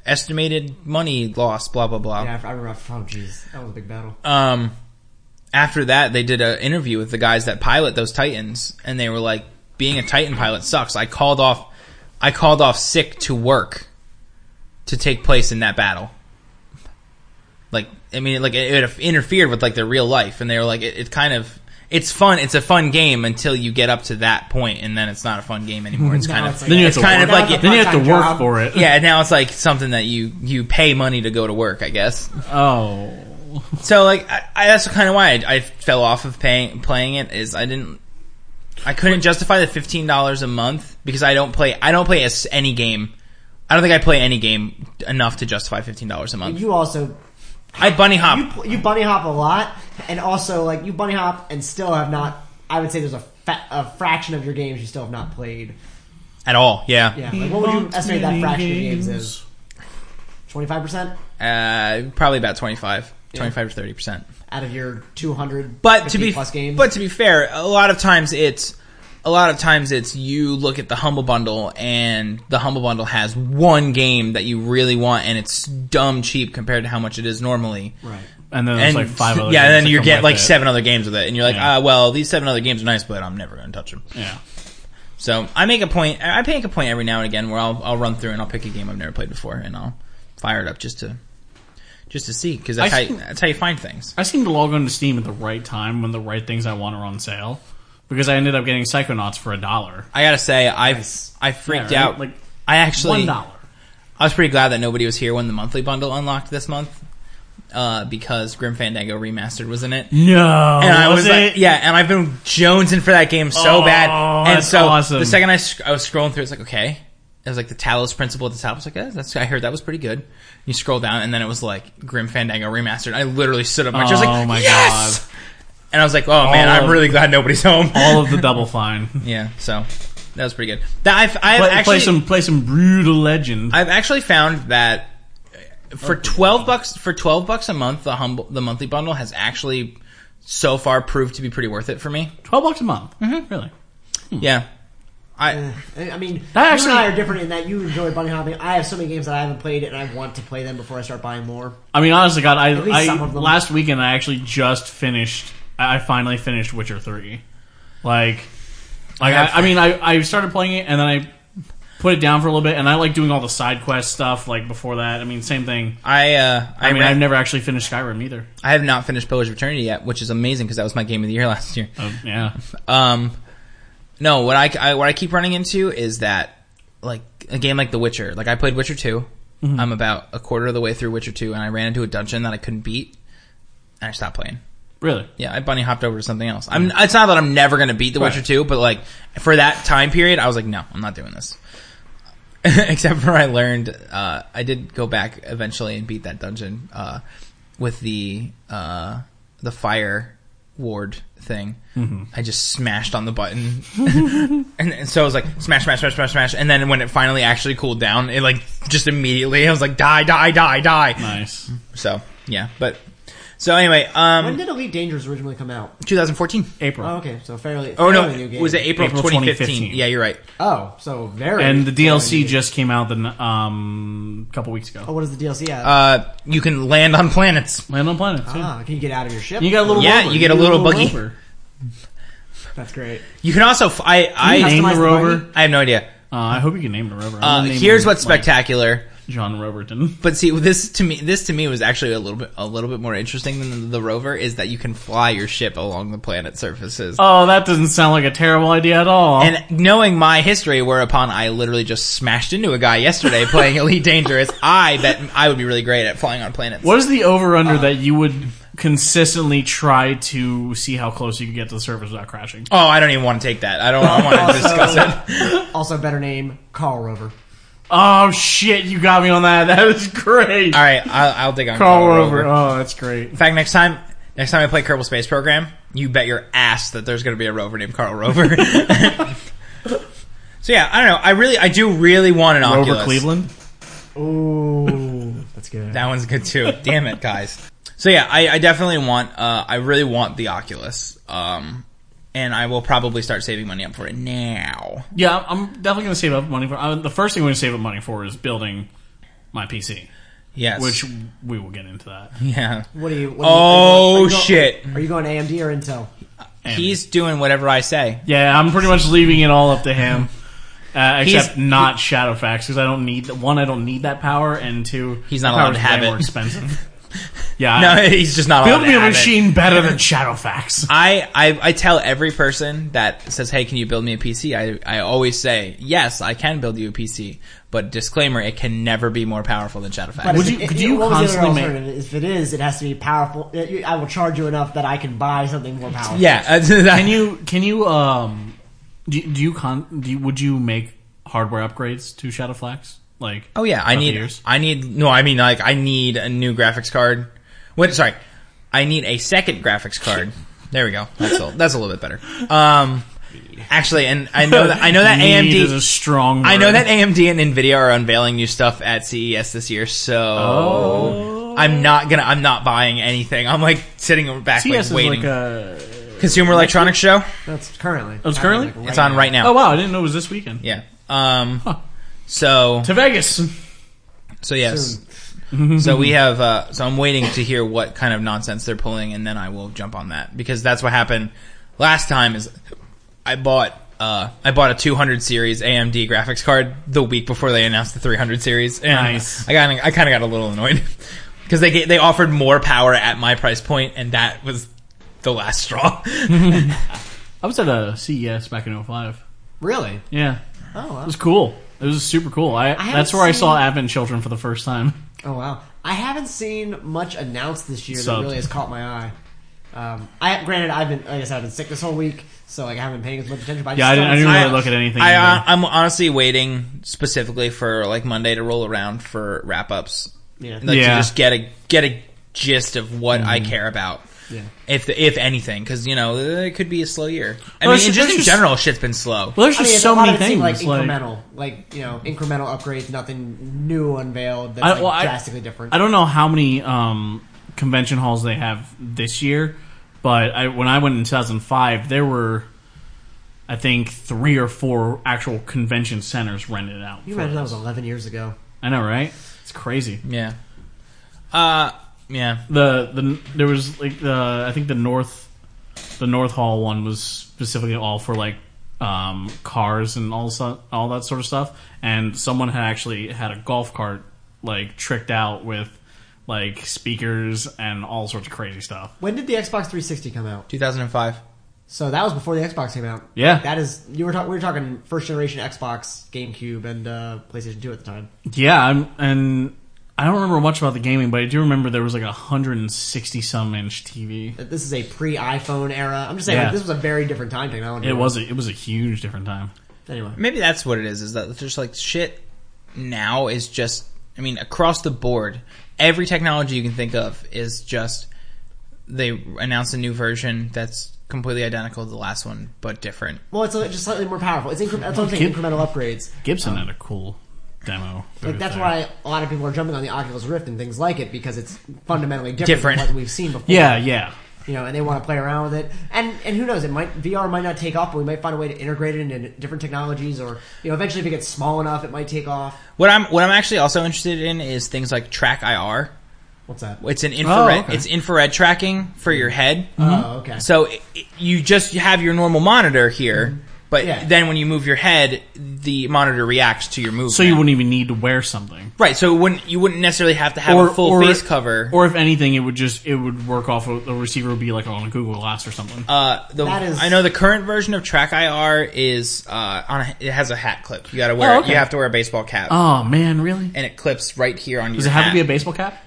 estimated money lost blah blah blah.
Yeah, I I remember. Oh, jeez, that was a big battle.
Um, after that they did an interview with the guys that pilot those Titans and they were like being a Titan pilot sucks. I called off I called off sick to work to take place in that battle. Like, I mean, like it, it interfered with like their real life, and they were like, it, it kind of, it's fun. It's a fun game until you get up to that point, and then it's not a fun
Mhm.
game anymore. It's kind of,
it's like- Then you have
it's
to
kind
work.
of like,
Now it's
then you have to
part-time
work
job.
for it.
yeah. Now it's like something that you you pay money to go to work, I guess.
Oh.
So like, I, I, that's kind of why I, I fell off of paying playing it is I didn't. I couldn't justify the fifteen dollars a month because I don't play. I don't play as any game. I don't think I play any game enough to justify fifteen dollars a month.
You also
I bunny hop.
you pl- you bunny hop a lot, and also like you bunny hop and still have not. I would say there's a, fa- a fraction of your games you still have not played.
At all, yeah.
Yeah, like, what would you estimate that fraction of your games is? Twenty five percent
Uh, probably about 25, 25 to thirty percent.
out of your two hundred.
But to be
plus games,
but to be fair, a lot of times it's a lot of times it's you look at the humble bundle and the humble bundle has one game that you really want and it's dumb cheap compared to how much it is normally.
right?
And then
And
there's like five other
yeah,
games
and
that
then you
come
get
with
like
it.
seven other games with it, and you're like,
Yeah.
ah, well, these seven other games are nice, but I'm never going to touch them.
Yeah.
So I make a point. I I make a point every now and again where I'll I'll run through and I'll pick a game I've never played before and I'll fire it up just to just to see because that's
I
how you,
think-
that's how you find things.
I seem to log on to Steam at the right time when the right things I want are on sale. Because I ended up getting Psychonauts for a dollar.
I gotta say I I freaked
Yeah, right?
out.
Like,
I actually
One dollar.
I was pretty glad that nobody was here when the monthly bundle unlocked this month uh, because Grim Fandango Remastered was in it. Oh,
No.
and I was
it?
like, yeah, and I've been jonesing for that game so
Oh,
bad. And
that's
so
awesome.
the second I, sc- I was scrolling through, it's like, okay. It was like the Talos Principle at the top. I was like, eh, that's, I heard that was pretty good. You scroll down, and then it was like Grim Fandango Remastered. I literally stood up my chair. I was
Oh
like,
my
yes! And I was like, oh man,
All
I'm
of-
really glad nobody's home.
All of the double fine.
yeah, so that was pretty good. That I've, I've
play,
actually
play some play some brutal legend.
I've actually found that for twelve bucks for twelve bucks a month, the humble the monthly bundle has actually so far proved to be pretty worth it for me.
Twelve bucks a month. Mm-hmm. Really?
Yeah, I
I mean,
That
you and I
actually-
are different in that you enjoy bunny hopping. I have so many games that I haven't played, and I want to play them before I start buying more.
I mean, honestly, God, I,
least
I
some of them.
last weekend I actually just finished. I I finally finished Witcher three. Like, like I, I mean, I I started playing it and then I put it down for a little bit, and I like doing all the side quest stuff. Like before that, I mean, same thing.
I uh, I,
I mean,
ran-
I've never actually finished Skyrim either.
I have not finished Pillars of Eternity yet, which is amazing because that was my game of the year last year.
Um, yeah,
Um, no, what I, I what I keep running into is that like a game like The Witcher. Like I played Witcher 2 i
Mm-hmm.
I'm about a quarter of the way through Witcher two, and I ran into a dungeon that I couldn't beat, and I stopped playing.
really.
Yeah, I bunny hopped over to something else. I'm.
Mm.
It's not that I'm never gonna beat The Witcher Two, but like for that time period, I was like, no, I'm not doing this. Except for I learned, uh, I did go back eventually and beat that dungeon uh, with the uh, the fire ward thing.
Mm-hmm.
I just smashed on the button, and, and so I was like smash, smash, smash, smash, smash. And then when it finally actually cooled down, it like just immediately I was like die, die, die, die.
Nice.
So yeah, but so anyway,
When
um,
did Elite Dangerous originally come out?
2014.
April.
Oh, okay, so fairly.
Oh
fairly new
no,
game.
was it April,
April
of 2015?
2015.
Yeah, you're right.
Oh, so very.
And the
fairly
DLC
new game.
just came out the n- um couple weeks ago.
Oh, what is the DLC? At?
Uh, you can land on planets.
Land on planet too.
ah, can you get out of your ship?
You got a little
Yeah,
rover.
you get a little buggy.
rover.
That's great.
You can also f- I I
name
customize
the
the
rover.
buggy?
I have no idea.
Uh, I hope you can name the rover. I'm
Uh,
gonna name
here's
him,
what's spectacular.
like, John Roberton.
But see, this to me, this to me was actually a little bit, a little bit more interesting than the, the rover is that you can fly your ship along the planet surfaces.
Oh, that doesn't sound like a terrible idea at all.
And knowing my history, whereupon I literally just smashed into a guy yesterday playing Elite Dangerous, I bet I would be really great at flying on planets.
what is the over under
Uh.
that you would consistently try to see how close you can get to the surface without crashing?
Oh, I don't even want to take that. I don't want to discuss it.
Also, better name Carl Rover.
Oh shit, you got me on that. That was great.
All right, I'll, I'll dig on
Call
Carl
rover.
Rover.
Oh, that's great.
In fact, next time, next time I play Kerbal Space Program, you bet your ass that there's going to be a rover named Carl Rover. so yeah, I don't know. I really, I do really want an
Rover
Oculus.
Cleveland.
Ooh, that's good.
That one's good too. Damn it, guys. So yeah, I, I definitely want. Uh, I really want the Oculus. Um, and I will probably start saving money up for it now.
Yeah, I'm- I'm definitely going to save up money for. Uh, the first thing we're going to save up money for is building my PC,
Yes.
which we will get into that.
yeah.
What do you? What
Oh,
are you, are you going-
shit.
Are you going AMD or Intel?
And-
He's doing whatever I say.
yeah, I'm pretty much leaving it all up to him. Uh,
He's-
except not Shadowfax because I don't need one. I don't need that power, and two,
He's not
that
allowed
power's
to have
way
it.
More expensive. yeah,
No, he's just not.
build
allowed
me
to
a
have it.
machine better than Shadowfax.
I, I I tell every person that says, "Hey, can you build me a PC?" I I always say, "Yes, I can build you a PC," but disclaimer: it can never be more powerful than Shadowfax.
Would
If
you-
it-
could
it-
you
what was the other
constantly make-
alternative? If it is, it has to be powerful. it- you- I will charge you enough that I can buy something more powerful.
yeah, uh,
Can you? Can you? Um, do, do you con? Do you, would you make hardware upgrades to Shadowfax? Like,
Oh yeah, I
throughout the
need
years?
I need no, I mean like I need a new graphics card. Wait, sorry, I need a second graphics card. There we go. That's a, that's a little bit better. Um, actually, and I know that I know that
Need is a
AMD.
strong.
I know
word.
that AMD and Nvidia are unveiling new stuff at CES this year, so
Oh.
I'm not gonna. I'm not buying anything. I'm like sitting back,
CS is
like waiting.
like a.
Consumer Electronics Show.
that's currently.
it's currently?
Happening, like,
It's on right now.
Oh wow! I didn't know it was this weekend.
Yeah. Um. So
To Vegas.
So yes. Mm-hmm. so we have. Uh, so I'm waiting to hear what kind of nonsense they're pulling, and then I will jump on that because that's what happened last time. Is I bought. Uh, I bought a 200 series AMD graphics card the week before they announced the 300 series. And
Nice.
I got. I kind of got a little annoyed because they ga- they offered more power at my price point, and that was the last straw.
I was at a CES back in 05.
Really?
Yeah,
Oh wow.
it was cool. It was super cool. I,
haven't
that's where I saw
seen-
Advent Children for the first time.
Oh wow. I haven't seen much announced this year
Subbed.
that really has caught my eye. Um, I granted I've been like I said I've been sick this whole week, so like I haven't been paying as much attention. But I
Yeah, I
just
didn't, I
haven't
didn't
seen-
really look at anything.
I,
either.
uh, I'm honestly waiting specifically for like Monday to roll around for wrap ups.
Yeah.
like to
Yeah.
just get a get a gist of what I care about.
Yeah.
If the, if anything, because you know it could be a slow year. I
Well,
mean,
it's-
in just
it's
in
just-
general, shit's been slow.
well, there's
I
just
mean,
so
a lot
many
of it
things.
seemed,
Like,
like incremental, like you know, incremental upgrades. Nothing new unveiled that's
I-
like,
well, I-
drastically different.
I don't know how many um, convention halls they have this year, but I, when I went in 2005, there were, I think, three or four actual convention centers rented out.
you
for
imagine that was
us.
11 years ago.
I know, right? It's crazy.
Yeah. Uh, yeah.
the the there was like the I think the north the North Hall one was specifically all for like um, cars and all so, all that sort of stuff. And someone had actually had a golf cart like tricked out with like speakers and all sorts of crazy stuff.
When did the Xbox 360 come out?
2005.
So that was before the Xbox came out.
Yeah.
that is. You were talking. We were talking first generation Xbox, GameCube, and uh, PlayStation 2 at the time.
Yeah, I'm, and I don't remember much about the gaming, but I do remember there was like a hundred and sixty some inch TV.
That This is a pre iPhone era. I'm just saying
Yeah.
like, this was a very different time technology.
It was a, it was a huge different time.
anyway.
Maybe that's what it is. Is that it's just like shit now is just. I mean, across the board, every technology you can think of is just they announced a new version that's completely identical to the last one, but different.
Well, it's uh, just slightly more powerful. It's incre- that's one thing.
Kid-
Incremental upgrades.
Gibson had a cool demo.
Like that's
there.
why a lot of people are jumping on the Oculus Rift and things like it because it's fundamentally different,
Different.
than what we've seen before.
Yeah, yeah.
you know, and they want to play around with it. And and who knows? It might VR might not take off, but we might find a way to integrate it into different technologies, or you know, eventually if it gets small enough, it might take off.
What I'm what I'm actually also interested in is things like track IR.
What's that?
It's an infrared
Oh, okay. Uh-huh.
it's infrared tracking for your head.
Oh, okay.
So i i- you just have your normal monitor here,
Mm-hmm.
but
Yeah.
then when you move your head, the monitor reacts to your movement.
So you wouldn't even need to wear something,
right? So it wouldn't you wouldn't necessarily have to have a full face cover.
or if anything, it would just it would work off. Of, the receiver would be like on a Google Glass or something.
uh, the,
That is-
I know the current version of Track IR is uh, on. A, it has a hat clip. You got to wear.
Oh, okay.
You have to wear a baseball cap,
oh man, really?
and it clips right here on your.
Does it have
hat.
to be a baseball cap,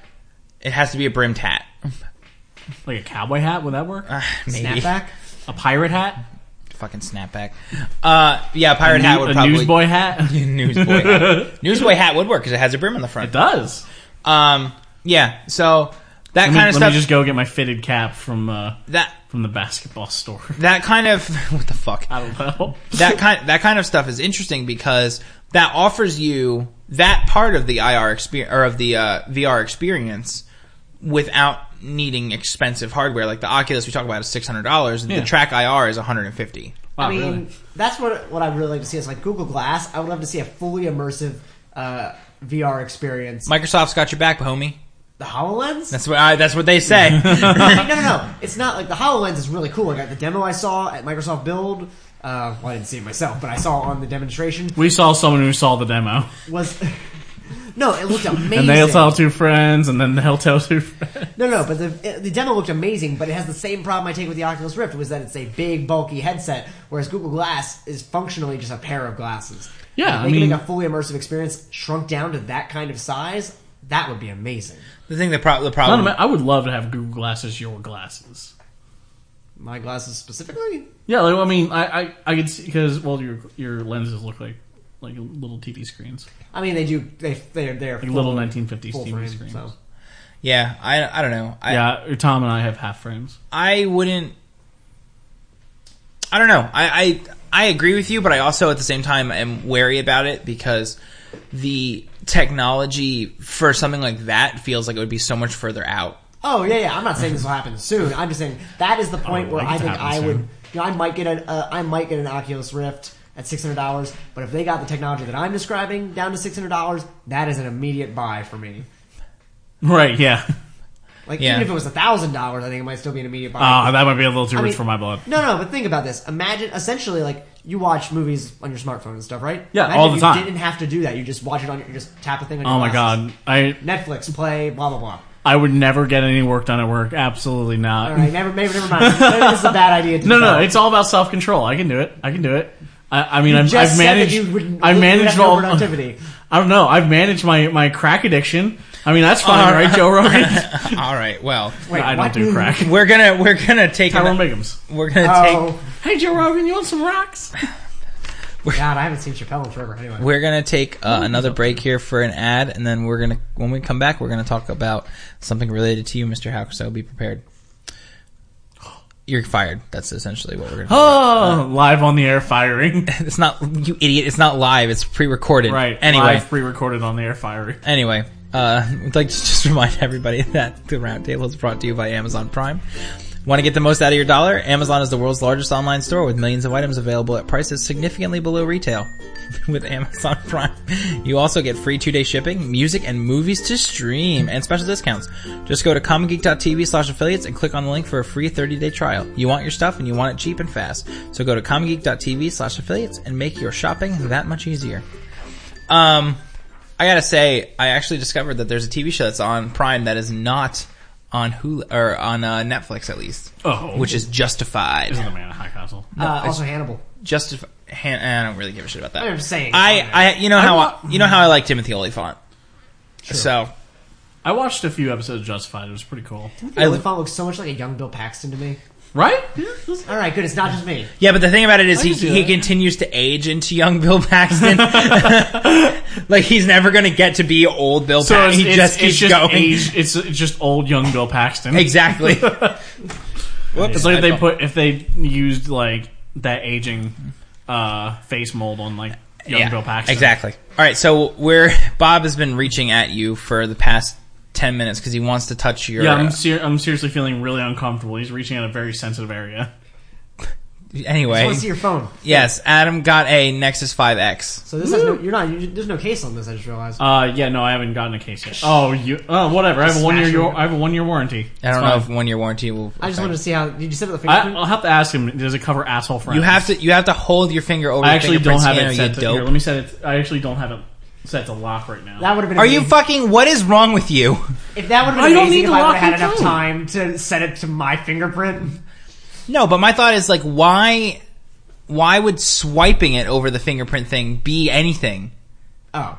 It has to be a brimmed hat. Ah,
like a cowboy hat? Would that
Uh,
work?
Maybe
Snapback.
a pirate hat?
fucking snapback. Uh, yeah, pirate hat would
a
probably
newsboy hat? it
newsboy hat. newsboy hat would work because it has a brim on the front.
does.
Um, yeah, so that
Let, me,
kind of
let me
stuff.
just go get my fitted cap from uh,
that
from the basketball store.
that kind of what the fuck
I don't know.
that kind that kind of stuff is interesting because that offers you that part of the IR experience or of the uh, VR experience without needing expensive hardware like the Oculus we talk about is six hundred dollars and
Yeah.
the Track IR is one hundred and fifty.
Wow,
I mean,
really?
that's what what I would really like to see is like Google Glass. I would love to see a fully immersive uh, VR experience.
Microsoft's got your back, homie.
the Hololens.
That's what I, that's what they say.
Like, no, no, no. It's not like the Hololens is really cool. I got the demo I saw at Microsoft Build. Uh, well, I didn't see it myself, but I saw on the demonstration
We saw someone who saw the demo,
was. No, it looked amazing.
and they'll tell two friends, and then they'll tell two friends.
No, no, but the, the demo looked amazing, but it has the same problem I take with the Oculus Rift, was that it's a big, bulky headset, whereas Google Glass is functionally just a pair of glasses.
Yeah,
if
I
they can
mean-
make a fully immersive experience shrunk down to that kind of size. That would be amazing.
the thing the, pro- the
I, don't
problem
know, I would love to have Google glasses your glasses.
My glasses specifically,
Yeah, like, I mean, I, I, I could see because well, your your lenses look like like little TV screens,
I mean, they do. They they're they're
like
full-
little 1950s
full
TV
frame,
screens.
so.
Yeah, I, I don't know. I,
Yeah, Tom and I have half frames.
I wouldn't. I don't know. I, I I agree with you, but I also at the same time am wary about it because the technology for something like that feels like it would be so much further out.
Oh yeah, yeah. I'm not saying this will happen soon. I'm just saying that is the point
I would
where
like Oh, it to
I think
happen
I would.
soon.
You know, I might get an uh, I might get an Oculus Rift at six hundred dollars. But if they got the technology that I'm describing down to six hundred dollars, that is an immediate buy for me.
Right? Yeah.
Like
Yeah.
even if it was thousand dollars, I think it might still be an immediate buy.
Ah, that might be a little too
I
rich
mean-
for my blood.
No, no. But think about this. Imagine essentially like you watch movies on your smartphone and stuff, right?
Yeah,
Imagine
all
if
the
you
time.
Didn't have to do that. You just watch it on. Your, you just tap a thing on. Your
Oh my god,
glasses.
I
Netflix, play, blah blah blah.
I would never get any work done at work. Absolutely not.
All right, never, maybe never mind. Maybe this is a bad idea. To
No, no,
develop.
it's all about self control. I can do it. I can do it. I, I mean, I've,
just
I've
said that
managed.
you would-
I
you would
managed
have no
all
productivity.
I don't know. I've managed my my crack addiction. I mean, that's fine, right, Joe Rogan?
All right, well,
Wait,
I Uh, don't
what?
do crack.
we're gonna we're gonna take
Tyrone
an,
Biggums.
we're gonna
Oh,
Hey, Joe Rogan, you want some rocks?
God, I haven't seen Chappelle in forever. Anyway,
take we're gonna take uh, another break here for an ad, and then we're gonna when we come back we're gonna talk about something related to you, Mr. Houck. So be prepared. You're fired. That's essentially what we're gonna.
Oh, live on the air firing.
It's not you idiot. It's not live. It's pre-recorded.
right.
Anyway.
Live pre-recorded on the air firing.
Anyway, uh, I'd like to just remind everybody that the Roundtable is brought to you by Amazon Prime. Want to get the most out of your dollar? Amazon is the world's largest online store with millions of items available at prices significantly below retail. with Amazon Prime, you also get free two-day shipping, music, and movies to stream, and special discounts. Just go to commongeek.tv slash affiliates and click on the link for a free 30-day trial. You want your stuff and you want it cheap and fast. So go to commongeek.tv slash affiliates and make your shopping that much easier. Um, I gotta say, I actually discovered that there's a TV show that's on Prime that is not on Hulu or on uh, Netflix at least,
Oh,
which is Justified.
the man in high castle.
uh, also Hannibal.
Justified. I don't really give a shit about that.
I'm just saying.
I, I, you know how I, you know how I like Timothy Olyphant. So
I watched a few episodes of Justified. It was pretty cool.
I look looks so much like a young Bill Paxton to me.
Right?
All right, good. It's not just me.
yeah, but the thing about it is he,
can see
he
that.
continues to age into young Bill Paxton. like he's never gonna get to be old Bill
So
Paxton.
it's,
He
it's,
just
it's
keeps
just
going.
age- it's, it's just old young Bill Paxton.
Exactly. Whoops.
It's like if they
I-
put if they used like that aging uh, face mold on like young Bill Paxton.
Exactly. All right, so we're Bob has been reaching at you for the past ten minutes because he wants to touch your.
Yeah, I'm
uh,
ser- I'm seriously feeling really uncomfortable. He's reaching at a very sensitive area.
anyway,
want to see your phone.
yes, Adam got a Nexus Five X.
So this has no. You're not. You, there's no case on this. I just realized.
Uh, yeah, no, I haven't gotten a case yet. Oh, you, oh, whatever. I have a one
smash
year,
it.
I have a one year warranty.
I don't
It's
know
fine.
if one year warranty will.
I just
affect-
wanted to see how. Did you set up the
I,
fingerprint?
I'll have to ask him. Does it cover asshole friends?
You have to. You have to hold your finger over.
I
the
actually don't
fingerprint
have
scanner,
it set. To,
You
here,
dope.
let me set it. I actually don't have it set to lock right now.
that would have been.
Are you
amazing.
fucking? What is wrong with you?
If that would have
I
been
don't
amazing
need
if
to
I would
lock
have had
your
enough
phone.
time to set it to my fingerprint.
No, but my thought is like, why? Why would swiping it over the fingerprint thing be anything?
Oh.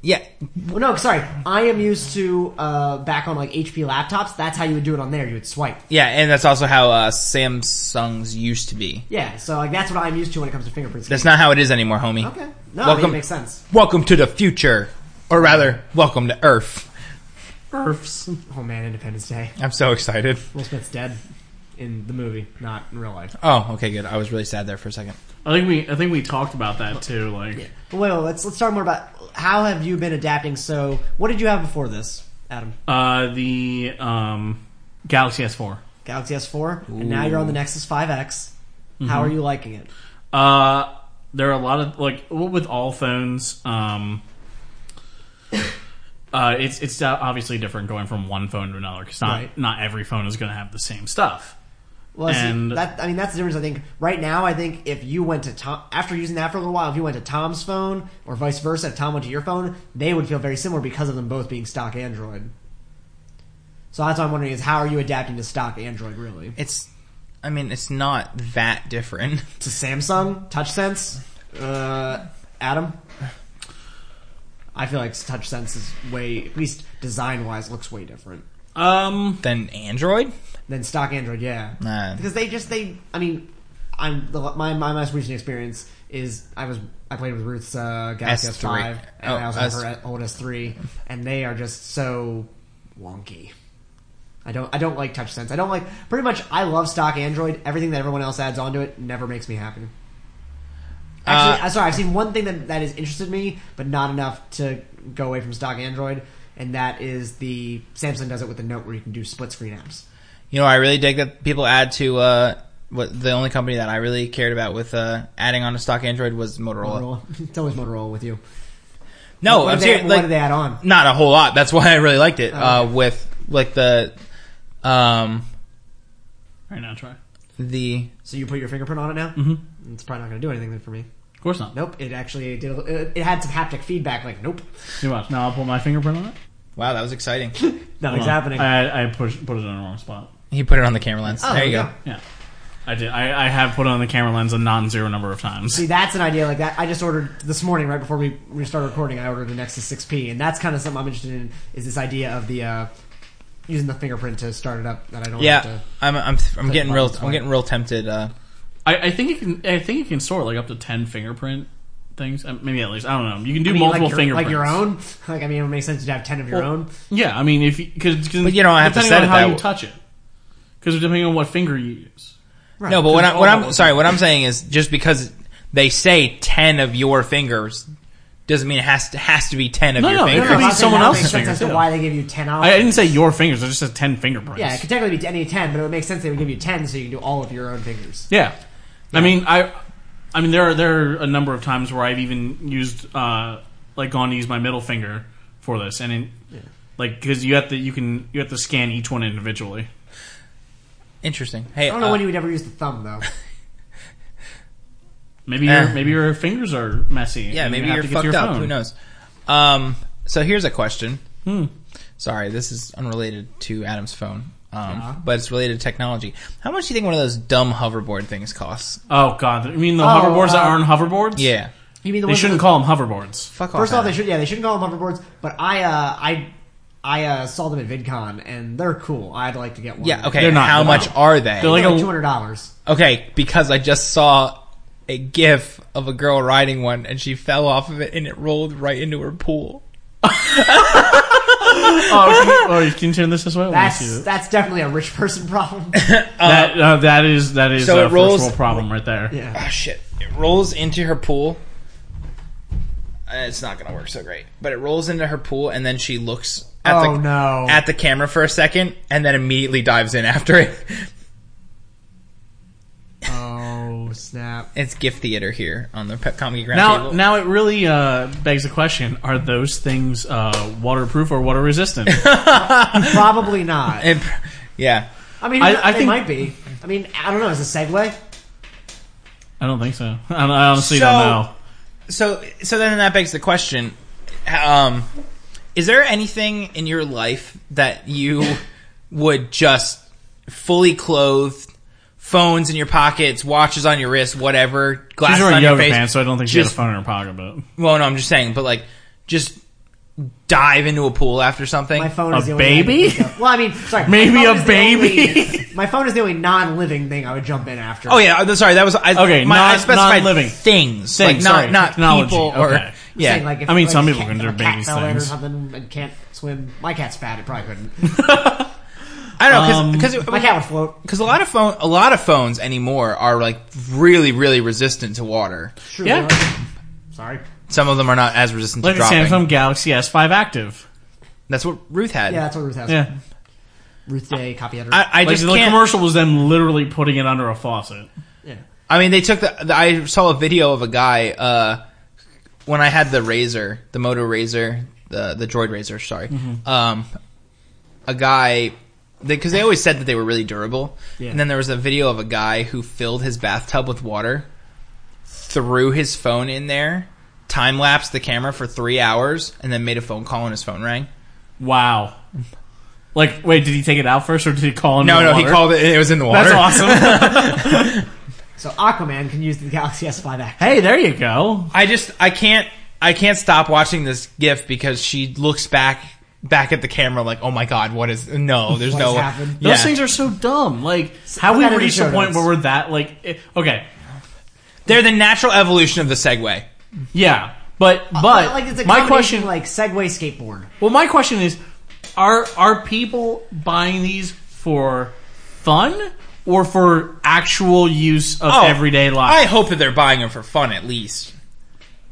Yeah,
Well, no, sorry. I am used to uh, back on like HP laptops. That's how you would do it on there. You would swipe.
yeah, and that's also how uh, Samsung's used to be.
Yeah. So like that's what I'm used to when it comes to fingerprints.
That's not how it is anymore, homie.
okay. No, I mean,
Welcome-
it makes sense.
Welcome to the future, or rather, welcome to Earth.
Earths.
Oh man, Independence Day.
I'm so excited.
Will Smith's dead in the movie, not in real life.
Oh, okay, good. I was really sad there for a second.
I think we, I think we talked about that too. Like,
But wait, wait, let's let's talk more about how have you been adapting. So, what did you have before this, Adam?
uh, the um, Galaxy S4.
Galaxy S4, and now you're on the Nexus 5X.
Mm-hmm.
How are you liking it?
Uh, there are a lot of like well, with all phones. Um, uh, it's it's obviously different going from one phone to another because not
Right.
not every phone is going to have the same stuff.
Well, see,
And-
that I mean that's the difference. I think right now, I think if you went to Tom after using that for a little while, if you went to Tom's phone or vice versa, if Tom went to your phone, they would feel very similar because of them both being stock Android. So that's what I'm wondering is how are you adapting to stock Android really?
It's, I mean, it's not that different.
To Samsung TouchSense, uh, Adam. I feel like TouchSense is way, at least design wise, looks way different
Um,
than Android.
than stock Android. Yeah,
Nah.
because they just they. I mean, I'm the, my my most recent experience is I was I played with Ruth's uh, Galaxy S
S3.
five and
Oh,
I was on
S-
her old S three, and they are just so wonky. I don't I don't like touch sense. I don't like pretty much. I love stock Android. Everything that everyone else adds onto it never makes me happy. Actually,
Uh,
I'm sorry. I've seen one thing that that has interested me, but not enough to go away from stock Android, and that is the Samsung does it with the Note where you can do split screen apps.
You know, I really dig that people add to uh, what the only company that I really cared about with uh, adding on to stock Android was Motorola.
Motorola. it's always Motorola with you.
Oh,
No,
what
I'm
did
serious.
they, what
Like,
did they add on?
not a whole lot. That's why I really liked it.
Oh,
Uh, with like the, um,
right now try.
the
So you put your fingerprint on it now. Mm-hmm. It's probably not going to do anything then for me.
Of course not.
Nope. It actually did. A, it, it had some haptic feedback. Like nope,
Too much. Now I'll put my fingerprint on it.
wow, that was exciting.
nothing's
Hold on.
happening.
I, I pushed, put it in the wrong spot.
he put it on the camera lens.
Oh,
there you go.
Yeah, I did. I, I have put it on the camera lens a non-zero number of times.
See, that's an idea like that. I just ordered this morning, right before we, we started recording. I ordered the Nexus 6P, and that's kind of something I'm interested in. Is this idea of the uh, using the fingerprint to start it up? That I
uh,
don't.
Yeah,
Have to,
I'm I'm I'm getting real
buttons on
I'm
it.
getting real tempted. Uh,
I, I think you can. I think you can store like up to ten fingerprint things. Uh, Maybe at least I don't know. You can do
I mean,
multiple
like your,
fingerprints,
like your own. Like I mean, it would make sense to have ten of your
Well,
own.
Yeah, I mean, if because
But you don't have to set
on
it
how
that
you
w-
touch it, because depending on what finger you use.
Right.
No, but what I'm what
all-
I'm sorry, what I'm saying is just because they say ten of your fingers doesn't mean it has to has to be ten of
No,
your
no, it
fingers.
could be
I'm saying
someone
that
else's
makes sense
finger,
as to
too.
why they give you ten
I, I
options.
didn't say your fingers; I just said ten fingerprints.
Yeah, it could technically be any ten, but it would make sense they would give you ten, so you can do all of your own fingers.
Yeah. I mean, I, I mean, there are there are a number of times where I've even used, uh, like, gone to use my middle finger for this, and it, like, because you have to, you can, you have to scan each one individually.
Interesting. Hey,
I don't know
uh,
when you would ever use the thumb though.
Maybe
Eh.
your maybe your fingers are messy.
yeah,
and
maybe
you
you're
have to get
fucked
to your
up.
phone. Hmm.
Who knows? Um, so here's a question. Sorry, this is unrelated to Adam's phone, um, but it's related to technology. How much do you think one of those dumb hoverboard things costs?
Oh God, you mean the
Oh,
hoverboards that
uh,
aren't hoverboards?
Yeah,
You mean the
they
ones
shouldn't
that-
call them hoverboards.
fuck off.
First off, they
Adam.
should yeah they shouldn't call them hoverboards. But I uh, I I uh, saw them at VidCon and they're cool. I'd like to get one.
yeah, okay.
They're not-
How
no.
much are they?
They're like
They're
a-
like two hundred dollars.
Okay, because I just saw a gif of a girl riding one and she fell off of it and it rolled right into her pool.
oh, can you, oh, can you turn this this way? I wanna see
That's
it.
that's definitely a rich person problem.
that, uh, that is that is
so
a
it
first
rolls-
world problem right there.
yeah.
Ah, shit. It rolls into her pool. Uh, It's not gonna work so great, but it rolls into her pool, and then she looks at
Oh
the
no.
at the camera for a second, and then immediately dives in after it.
oh snap.
It's gift theater here on the Pep Comedy Ground
Now,
table.
now it really uh, begs the question: Are those things uh, waterproof or water resistant?
Probably not.
It- yeah,
I mean,
I- I
they
think-
might be. I mean, I don't know. Is it a segue?
I don't think so. I, don't- I honestly
So-
don't know.
so so then that begs the question um is there anything in your life that you would just fully clothed phones in your pockets watches on your wrist whatever
She's
glasses on
wearing
your
yoga
face
pants, so I don't think she has a
Just-
phone in her pocket. But
well no i'm just saying but like just dive into a pool after something
My phone
A
is the only thing I can
baby?
think of. Well, I mean, sorry.
Maybe
my phone
a
is the
baby?
only- my phone is the only non-living thing I would jump in after.
Oh yeah, I'm sorry. That was I,
Okay,
My, I
non-
specified
non-living.
things,
Things,
like
sorry,
not not
technology,
people or
okay.
yeah.
Saying, like, if,
I mean,
like,
some
a
people can
cat- if
do
a cat
baby
fell in or
things.
something and can't swim. My cat's fat; it probably couldn't.
I don't know
Um,
because
My cat would float.
Because a lot of phone, a lot of phones anymore are like really, really resistant to water.
True.
Yeah.
Sorry.
Some of them are not as resistant
look
to
at
dropping.
Samsung Galaxy S5 Active.
That's what Ruth had.
Yeah, that's what Ruth has.
Yeah,
Ruth Day, copy editor.
I, I
like
just
the
can't.
commercial was them literally putting it under a faucet.
yeah.
I mean, they took the, the. I saw a video of a guy uh, when I had the Razor, the Moto Razor, the the Droid Razor. Sorry,
Mm-hmm.
um, a guy because they always said that they were really durable.
Yeah.
And then there was a video of a guy who filled his bathtub with water, threw his phone in there, time lapsed the camera for three hours, and then made a phone call and his phone rang.
Wow. Like, wait, did he take it out first, or did he call?
No,
under
no,
the
he
water?
called it. and It was in the water.
That's awesome.
So Aquaman can use the Galaxy S5 X.
hey, there you go.
I just I can't I can't stop watching this gif because she looks back back at the camera like, oh my god, what is no? There's
What
no
has happened?
Yeah.
Those things are so dumb. Like, how
put
we
that in the
reached
show
a point
notes.
where we're that like, eh, okay,
They're the natural evolution of the Segway.
yeah, but but
Well, Uh, like it's a
my
combination,
question,
like Segway skateboard.
well, my question is, are are people buying these for fun or for actual use of everyday
Oh, I
life?
hope that they're buying them for fun at least.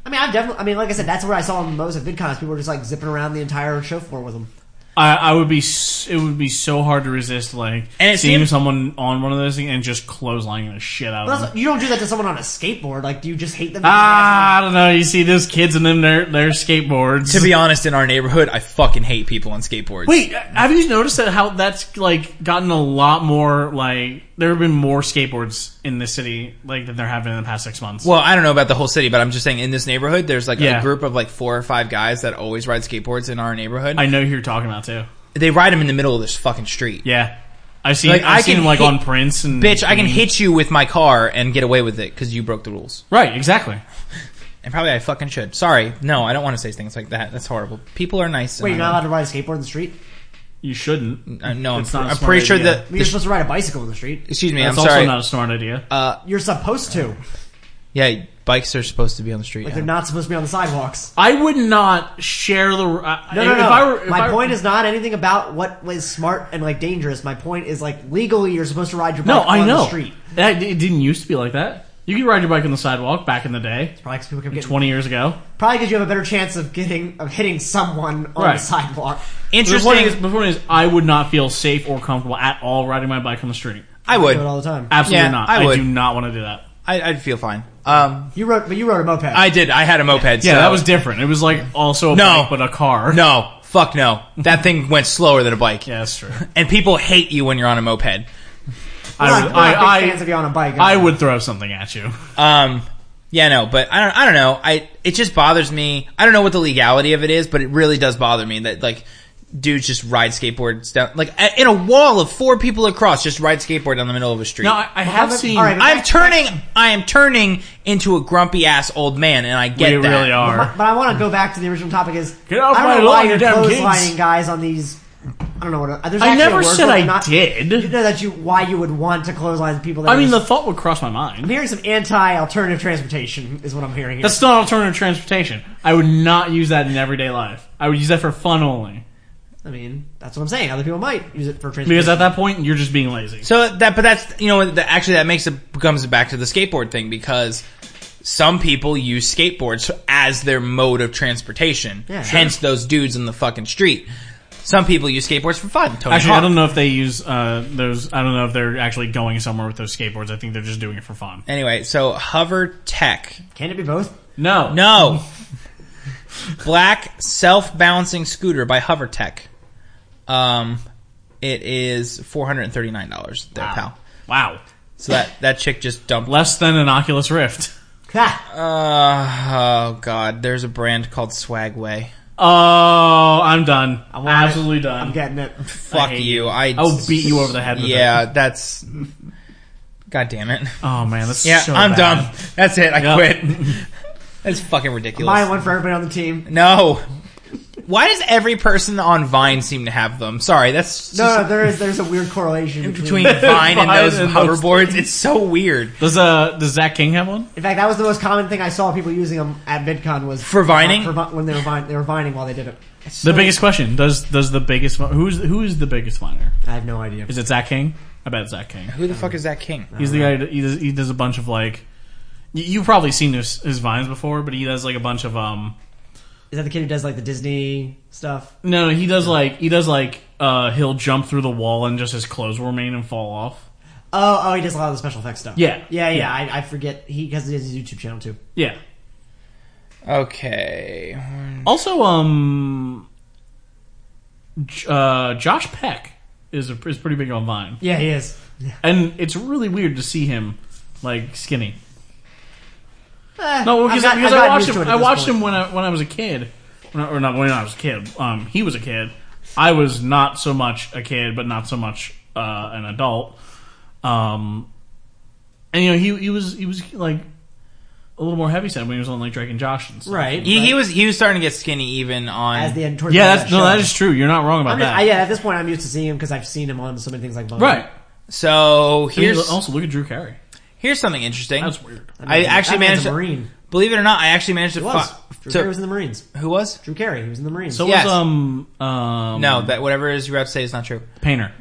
I mean, I've definitely. I mean, like I said, that's where I saw them most at VidCons. People were just like zipping around the entire show floor with them.
I, I would be, s- it would be so hard to resist, like
And it
seeing
seems-
someone on one of those things and just clotheslining the shit out of
But
them.
also, you don't do that to someone on a skateboard. Like, do you just hate them?
Ah, I don't know. You see those kids and them their their skateboards.
To be honest, in our neighborhood, I fucking hate people on skateboards.
Wait, have you noticed that how that's like gotten a lot more like there have been more skateboards in this city like than there have been in the past six months.
Well, I don't know about the whole city, but I'm just saying in this neighborhood, there's like
Yeah.
a group of like four or five guys that always ride skateboards in our neighborhood.
I know who you're talking about too.
they ride them in the middle of this fucking street.
Yeah, I've seen
Like,
I've
I
seen
can
them like
hit-
on Prince and
Bitch, I can
and-
hit you with my car and get away with it because you broke the rules.
right exactly.
And probably I fucking should. Sorry. No, I don't want to say things like that. That's horrible. People are nice. and
Wait, you're not
I
allowed to ride a skateboard in the street.
You shouldn't.
don't- uh, no, I'm,
It's not a
I'm
smart
pretty sure
idea.
that.
I mean, you're
the-
supposed to ride a bicycle in the street.
excuse me,
That's
I'm
also
sorry. Uh,
not a smart idea.
You're supposed to.
yeah, bikes are supposed to be on the street.
Like,
yeah.
they're not supposed to be on the sidewalks.
I would not share the. I
No, no,
if
no.
I were, if
My
I were-
point is not anything about what was smart and like dangerous. My point is like legally, you're supposed to ride your bike
no.
on
I know
the street.
that it didn't used to be like that. You could ride your bike on the sidewalk back in the day,
Probably because people kept getting,
twenty years ago.
probably because you have a better chance of getting of hitting someone on the
Right.
sidewalk.
The point, is,
Interesting.
the point is, I would not feel safe or comfortable at all riding my bike on the street.
I
I
would.
do it all the time.
Absolutely
Yeah,
not.
I
I,
would.
do not want to do that.
I, I'd feel fine. Um,
You rode, but you rode a moped.
I did. I had a moped.
Yeah,
so-
that was different. It was like also a
No.
bike, but a car.
No, fuck no. That thing went slower than a bike.
Yeah, that's true.
And people hate you when you're on a moped.
We're
I
not,
would,
we're not big
I,
fans of
I,
you on a bike.
I would throw something at you.
Um, yeah, no, but I don't, I don't know. I, it just bothers me. I don't know what the legality of it is, but it really does bother me that like dudes just ride skateboards down, like a- in a wall of four people across, just ride skateboard down the middle of a street.
No, I, I have
but-
seen.
all right,
I'm turning, I am turning into a grumpy ass old man and I get
we
that.
really
But,
are.
but I want to go back to the original topic. Is
Get off
I don't
my
know why
lawn, you
you're
damn kids.
clotheslining guys on these. I don't know what. There's
I
actually a
never
word
said
for it,
I
not, You
did.
know that you why you would want to clothesline people. That
I
are
mean, the
just-
thought would cross my
I'm
mind.
hearing some anti-alternative transportation is what I'm hearing. Here.
That's not alternative transportation. I would not use that in everyday life. I would use that for fun only.
I mean, that's what I'm saying. Other people might use it for transportation.
Because at that point, you're just being lazy.
So that, but that's you know, that actually that makes it comes back to the skateboard thing because some people use skateboards as their mode of transportation.
Yeah, sure.
hence those dudes in the fucking street. Some people use skateboards for fun. Tony
Actually,
Hawk.
I don't know if they use uh, those. I don't know if they're actually going somewhere with those skateboards. I think they're just doing it for fun.
Anyway, so hover tech.
Can it be both?
No,
No. Black self-balancing scooter by HoverTech. Um, it is four hundred and thirty-nine dollars. There, pal.
Wow,
So that that chick just dumped.
less than an Oculus Rift.
Ha!
Uh, oh god, there's a brand called Swagway.
Oh, I'm done.
I
I'm
want it.
absolutely done.
I'm getting it.
Fuck
hate
you.
you.
I
I'll beat you over the head with
yeah, that's. God damn it.
Oh man, that's
Yeah,
so
I'm
bad.
done. That's it. I
Yeah.
quit. that's fucking ridiculous.
Buy one for everybody on the team.
No. Why does every person on Vine seem to have them? Sorry, that's
No, no, there is there's a weird correlation
between
between.
Vine and
Vine
those
and those
hoverboards. It's so weird.
Does uh does Zach King have one?
In fact, that was the most common thing I saw people using them at VidCon was Uh,
For vining?
for vi- when they were vine, they were vining while they did it.
the biggest question does does the biggest who's who is the biggest viner?
I have no idea.
Is it Zach King? I bet it's Zach King.
Who the fuck is that king?
He's the guy. That, he, does, he does a bunch of like. you- You've probably seen his, his vines before, but he does like a bunch of um.
Is that the kid who does like the Disney stuff?
No, no, he does like he does like uh he'll jump through the wall and just his clothes will remain and fall off.
Oh, oh, he does a lot of the special effects stuff.
Yeah.
yeah, yeah.
Yeah.
I, I forget he because he has his YouTube channel too.
Yeah.
Okay.
Also, um, J- uh, Josh Peck is a, is pretty big on Vine,
Yeah, he is.
and it's really weird to see him like skinny.
Eh,
No,
I've
because,
got-
because
I've
I
gotten
watched
used to
him.
it at
I
this
watched
point.
him when I when I was a kid, when I, or not when I was a kid. Um, he was a kid. I was not so much a kid, but not so much uh, an adult. Um, and you know he he was he was like a little more heavy set when he was on like Drake and Josh and stuff.
right.
He,
right.
he was he was starting to get skinny even on
as the end. towards the end
Yeah,
of
that's
that
no, that
show.
is true. You're not wrong about
I'm just-
that.
I- uh, yeah, at this point, I'm used to seeing him because I've seen him on so many things like Vine.
Right.
So
I mean,
here's
also look at Drew Carey.
here's something interesting.
That's weird.
I actually
That man's
managed
a
to
Marine.
believe it or not. I actually managed to,
He was.
fi-
Drew
to-
Carey was in the Marines.
who was
Drew Carey, he was in the Marines.
So
Yes.
was um um
no that whatever it is you're about to say is not true.
Painter.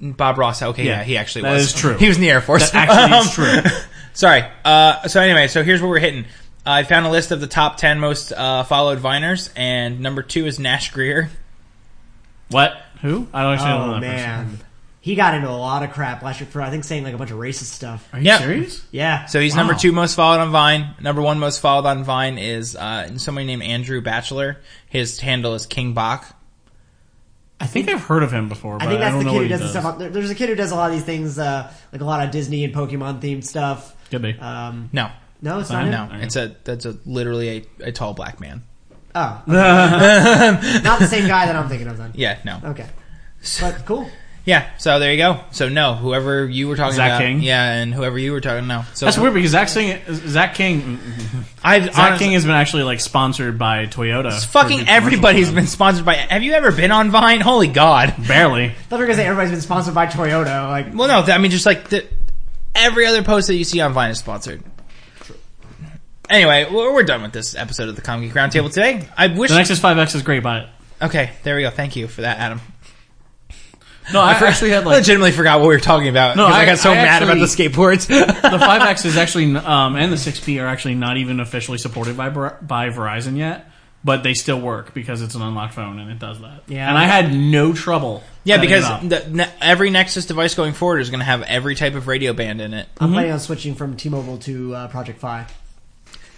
Bob Ross. Okay, yeah,
Yeah,
he actually
that
was.
is true.
He was in the Air Force. Um,
That actually is true.
Sorry. Uh, so anyway, so here's what we're hitting. I found a list of the top ten most uh, followed Viners, and number two is Nash Greer.
What? Who? I don't actually know
oh
that person.
man, he got into a lot of crap last year for I think saying like a bunch of racist stuff.
Are you
Yep.
serious?
Yeah.
So he's
Wow.
number two most followed on Vine. Number one most followed on Vine is uh, somebody named Andrew Batchelor. His handle is King Bach.
I think I've heard of him before, but
I think that's
don't
the
know
kid
what
who
he
does,
does.
the stuff. On, there, there's a kid who does a lot of these things, uh, like a lot of Disney and Pokemon themed stuff.
Could be.
Um,
No,
no, it's not
Fine.
him.
no, it's a that's a literally a, a tall black man.
Oh,
Uh,
okay. not the same guy that I'm thinking of then.
Yeah, no,
Okay, but cool.
yeah. So there you go. So no, whoever you were talking
Zach
about,
King?
yeah, and whoever you were talking, no. So
that's weird because Zach, Sing, Zach King,
I've
Zach
honestly-
King has been actually like sponsored by Toyota.
It's fucking everybody's been sponsored by. Have you ever been on Vine? Holy God!
barely.
I thought we were gonna say everybody's been sponsored by Toyota. Like,
Well, no, I mean just like the, every other post that you see on Vine is sponsored. Anyway, we're, we're done with this episode of the Comic Geek Roundtable today. I wish.
The Nexus Five X is great, but
okay, there we go. Thank you for that, Adam.
no, I actually had
I
like
legitimately forgot what we were talking about.
No,
'cause I,
I-
got so
I
mad about the
actually-
skateboards.
the five X is actually um, and the six P are actually not even officially supported by Ver- by Verizon yet, but they still work because it's an unlocked phone and it does that.
Yeah.
and I had no trouble.
yeah,
setting
because
it up.
the, ne- every Nexus device going forward is going to have every type of radio band in it.
I'm planning on switching from T-Mobile to uh, Project Fi.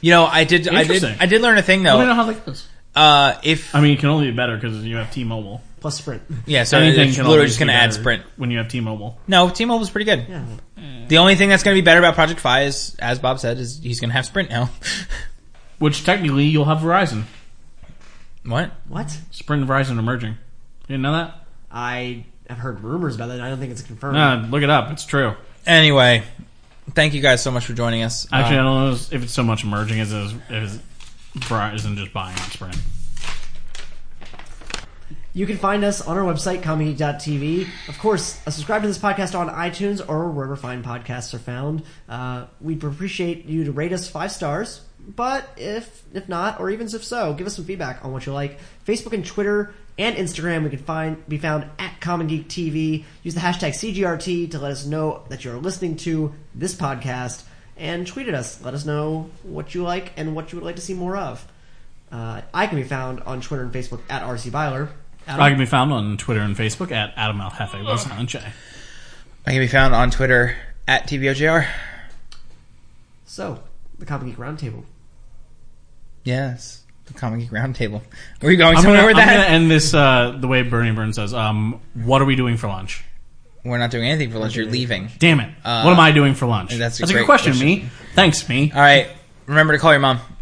You know, I did. I did.
Interesting.
I did learn a thing
I don't know
though.
how that goes.
Uh, if
I mean, it can only be better because you have T-Mobile.
plus Sprint.
yeah, so
Anything
it's
can
literally
always
just
be
going to add
better
Sprint.
when you have T-Mobile.
No, T-Mobile's pretty good.
Yeah.
The only thing that's going to be better about Project Fi is, as Bob said, is he's going to have Sprint now.
Which technically you'll have Verizon.
what?
What?
Sprint and Verizon are merging. You didn't know that?
I have heard rumors about that. I don't think it's confirmed.
Nah, look it up. It's true.
Anyway, thank you guys so much for joining us.
Actually,
Uh,
I don't know if it's so much merging as it is Verizon just buying on Sprint.
You can find us on our website, comedy.tv. Of course, uh, subscribe to this podcast on iTunes or wherever fine podcasts are found. Uh, we'd appreciate you to rate us five stars, but if if not, or even if so, give us some feedback on what you like. Facebook and Twitter and Instagram. We can find be found at Common Geek TV. Use the hashtag CGRT to let us know that you're listening to this podcast, and tweet at us. Let us know what you like and what you would like to see more of. Uh, I can be found on Twitter and Facebook at RC Byler. Adam,
I can be found on Twitter and Facebook at Adam L. Hefe. What's on Jay?
I can be found on Twitter at TVOJR.
So the Common Geek Roundtable.
Yes, the Comic Geek Roundtable. Are you going
I'm
somewhere
gonna,
with
I'm
that?
gonna end this uh, the way Bernie Burns says. Um, what are we doing for lunch?
We're not doing anything for lunch. You're leaving.
Damn it!
Uh,
what am I doing for lunch?
that's a
a
great
good question,
question.
me. Thanks, me.
All right. Remember to call your mom.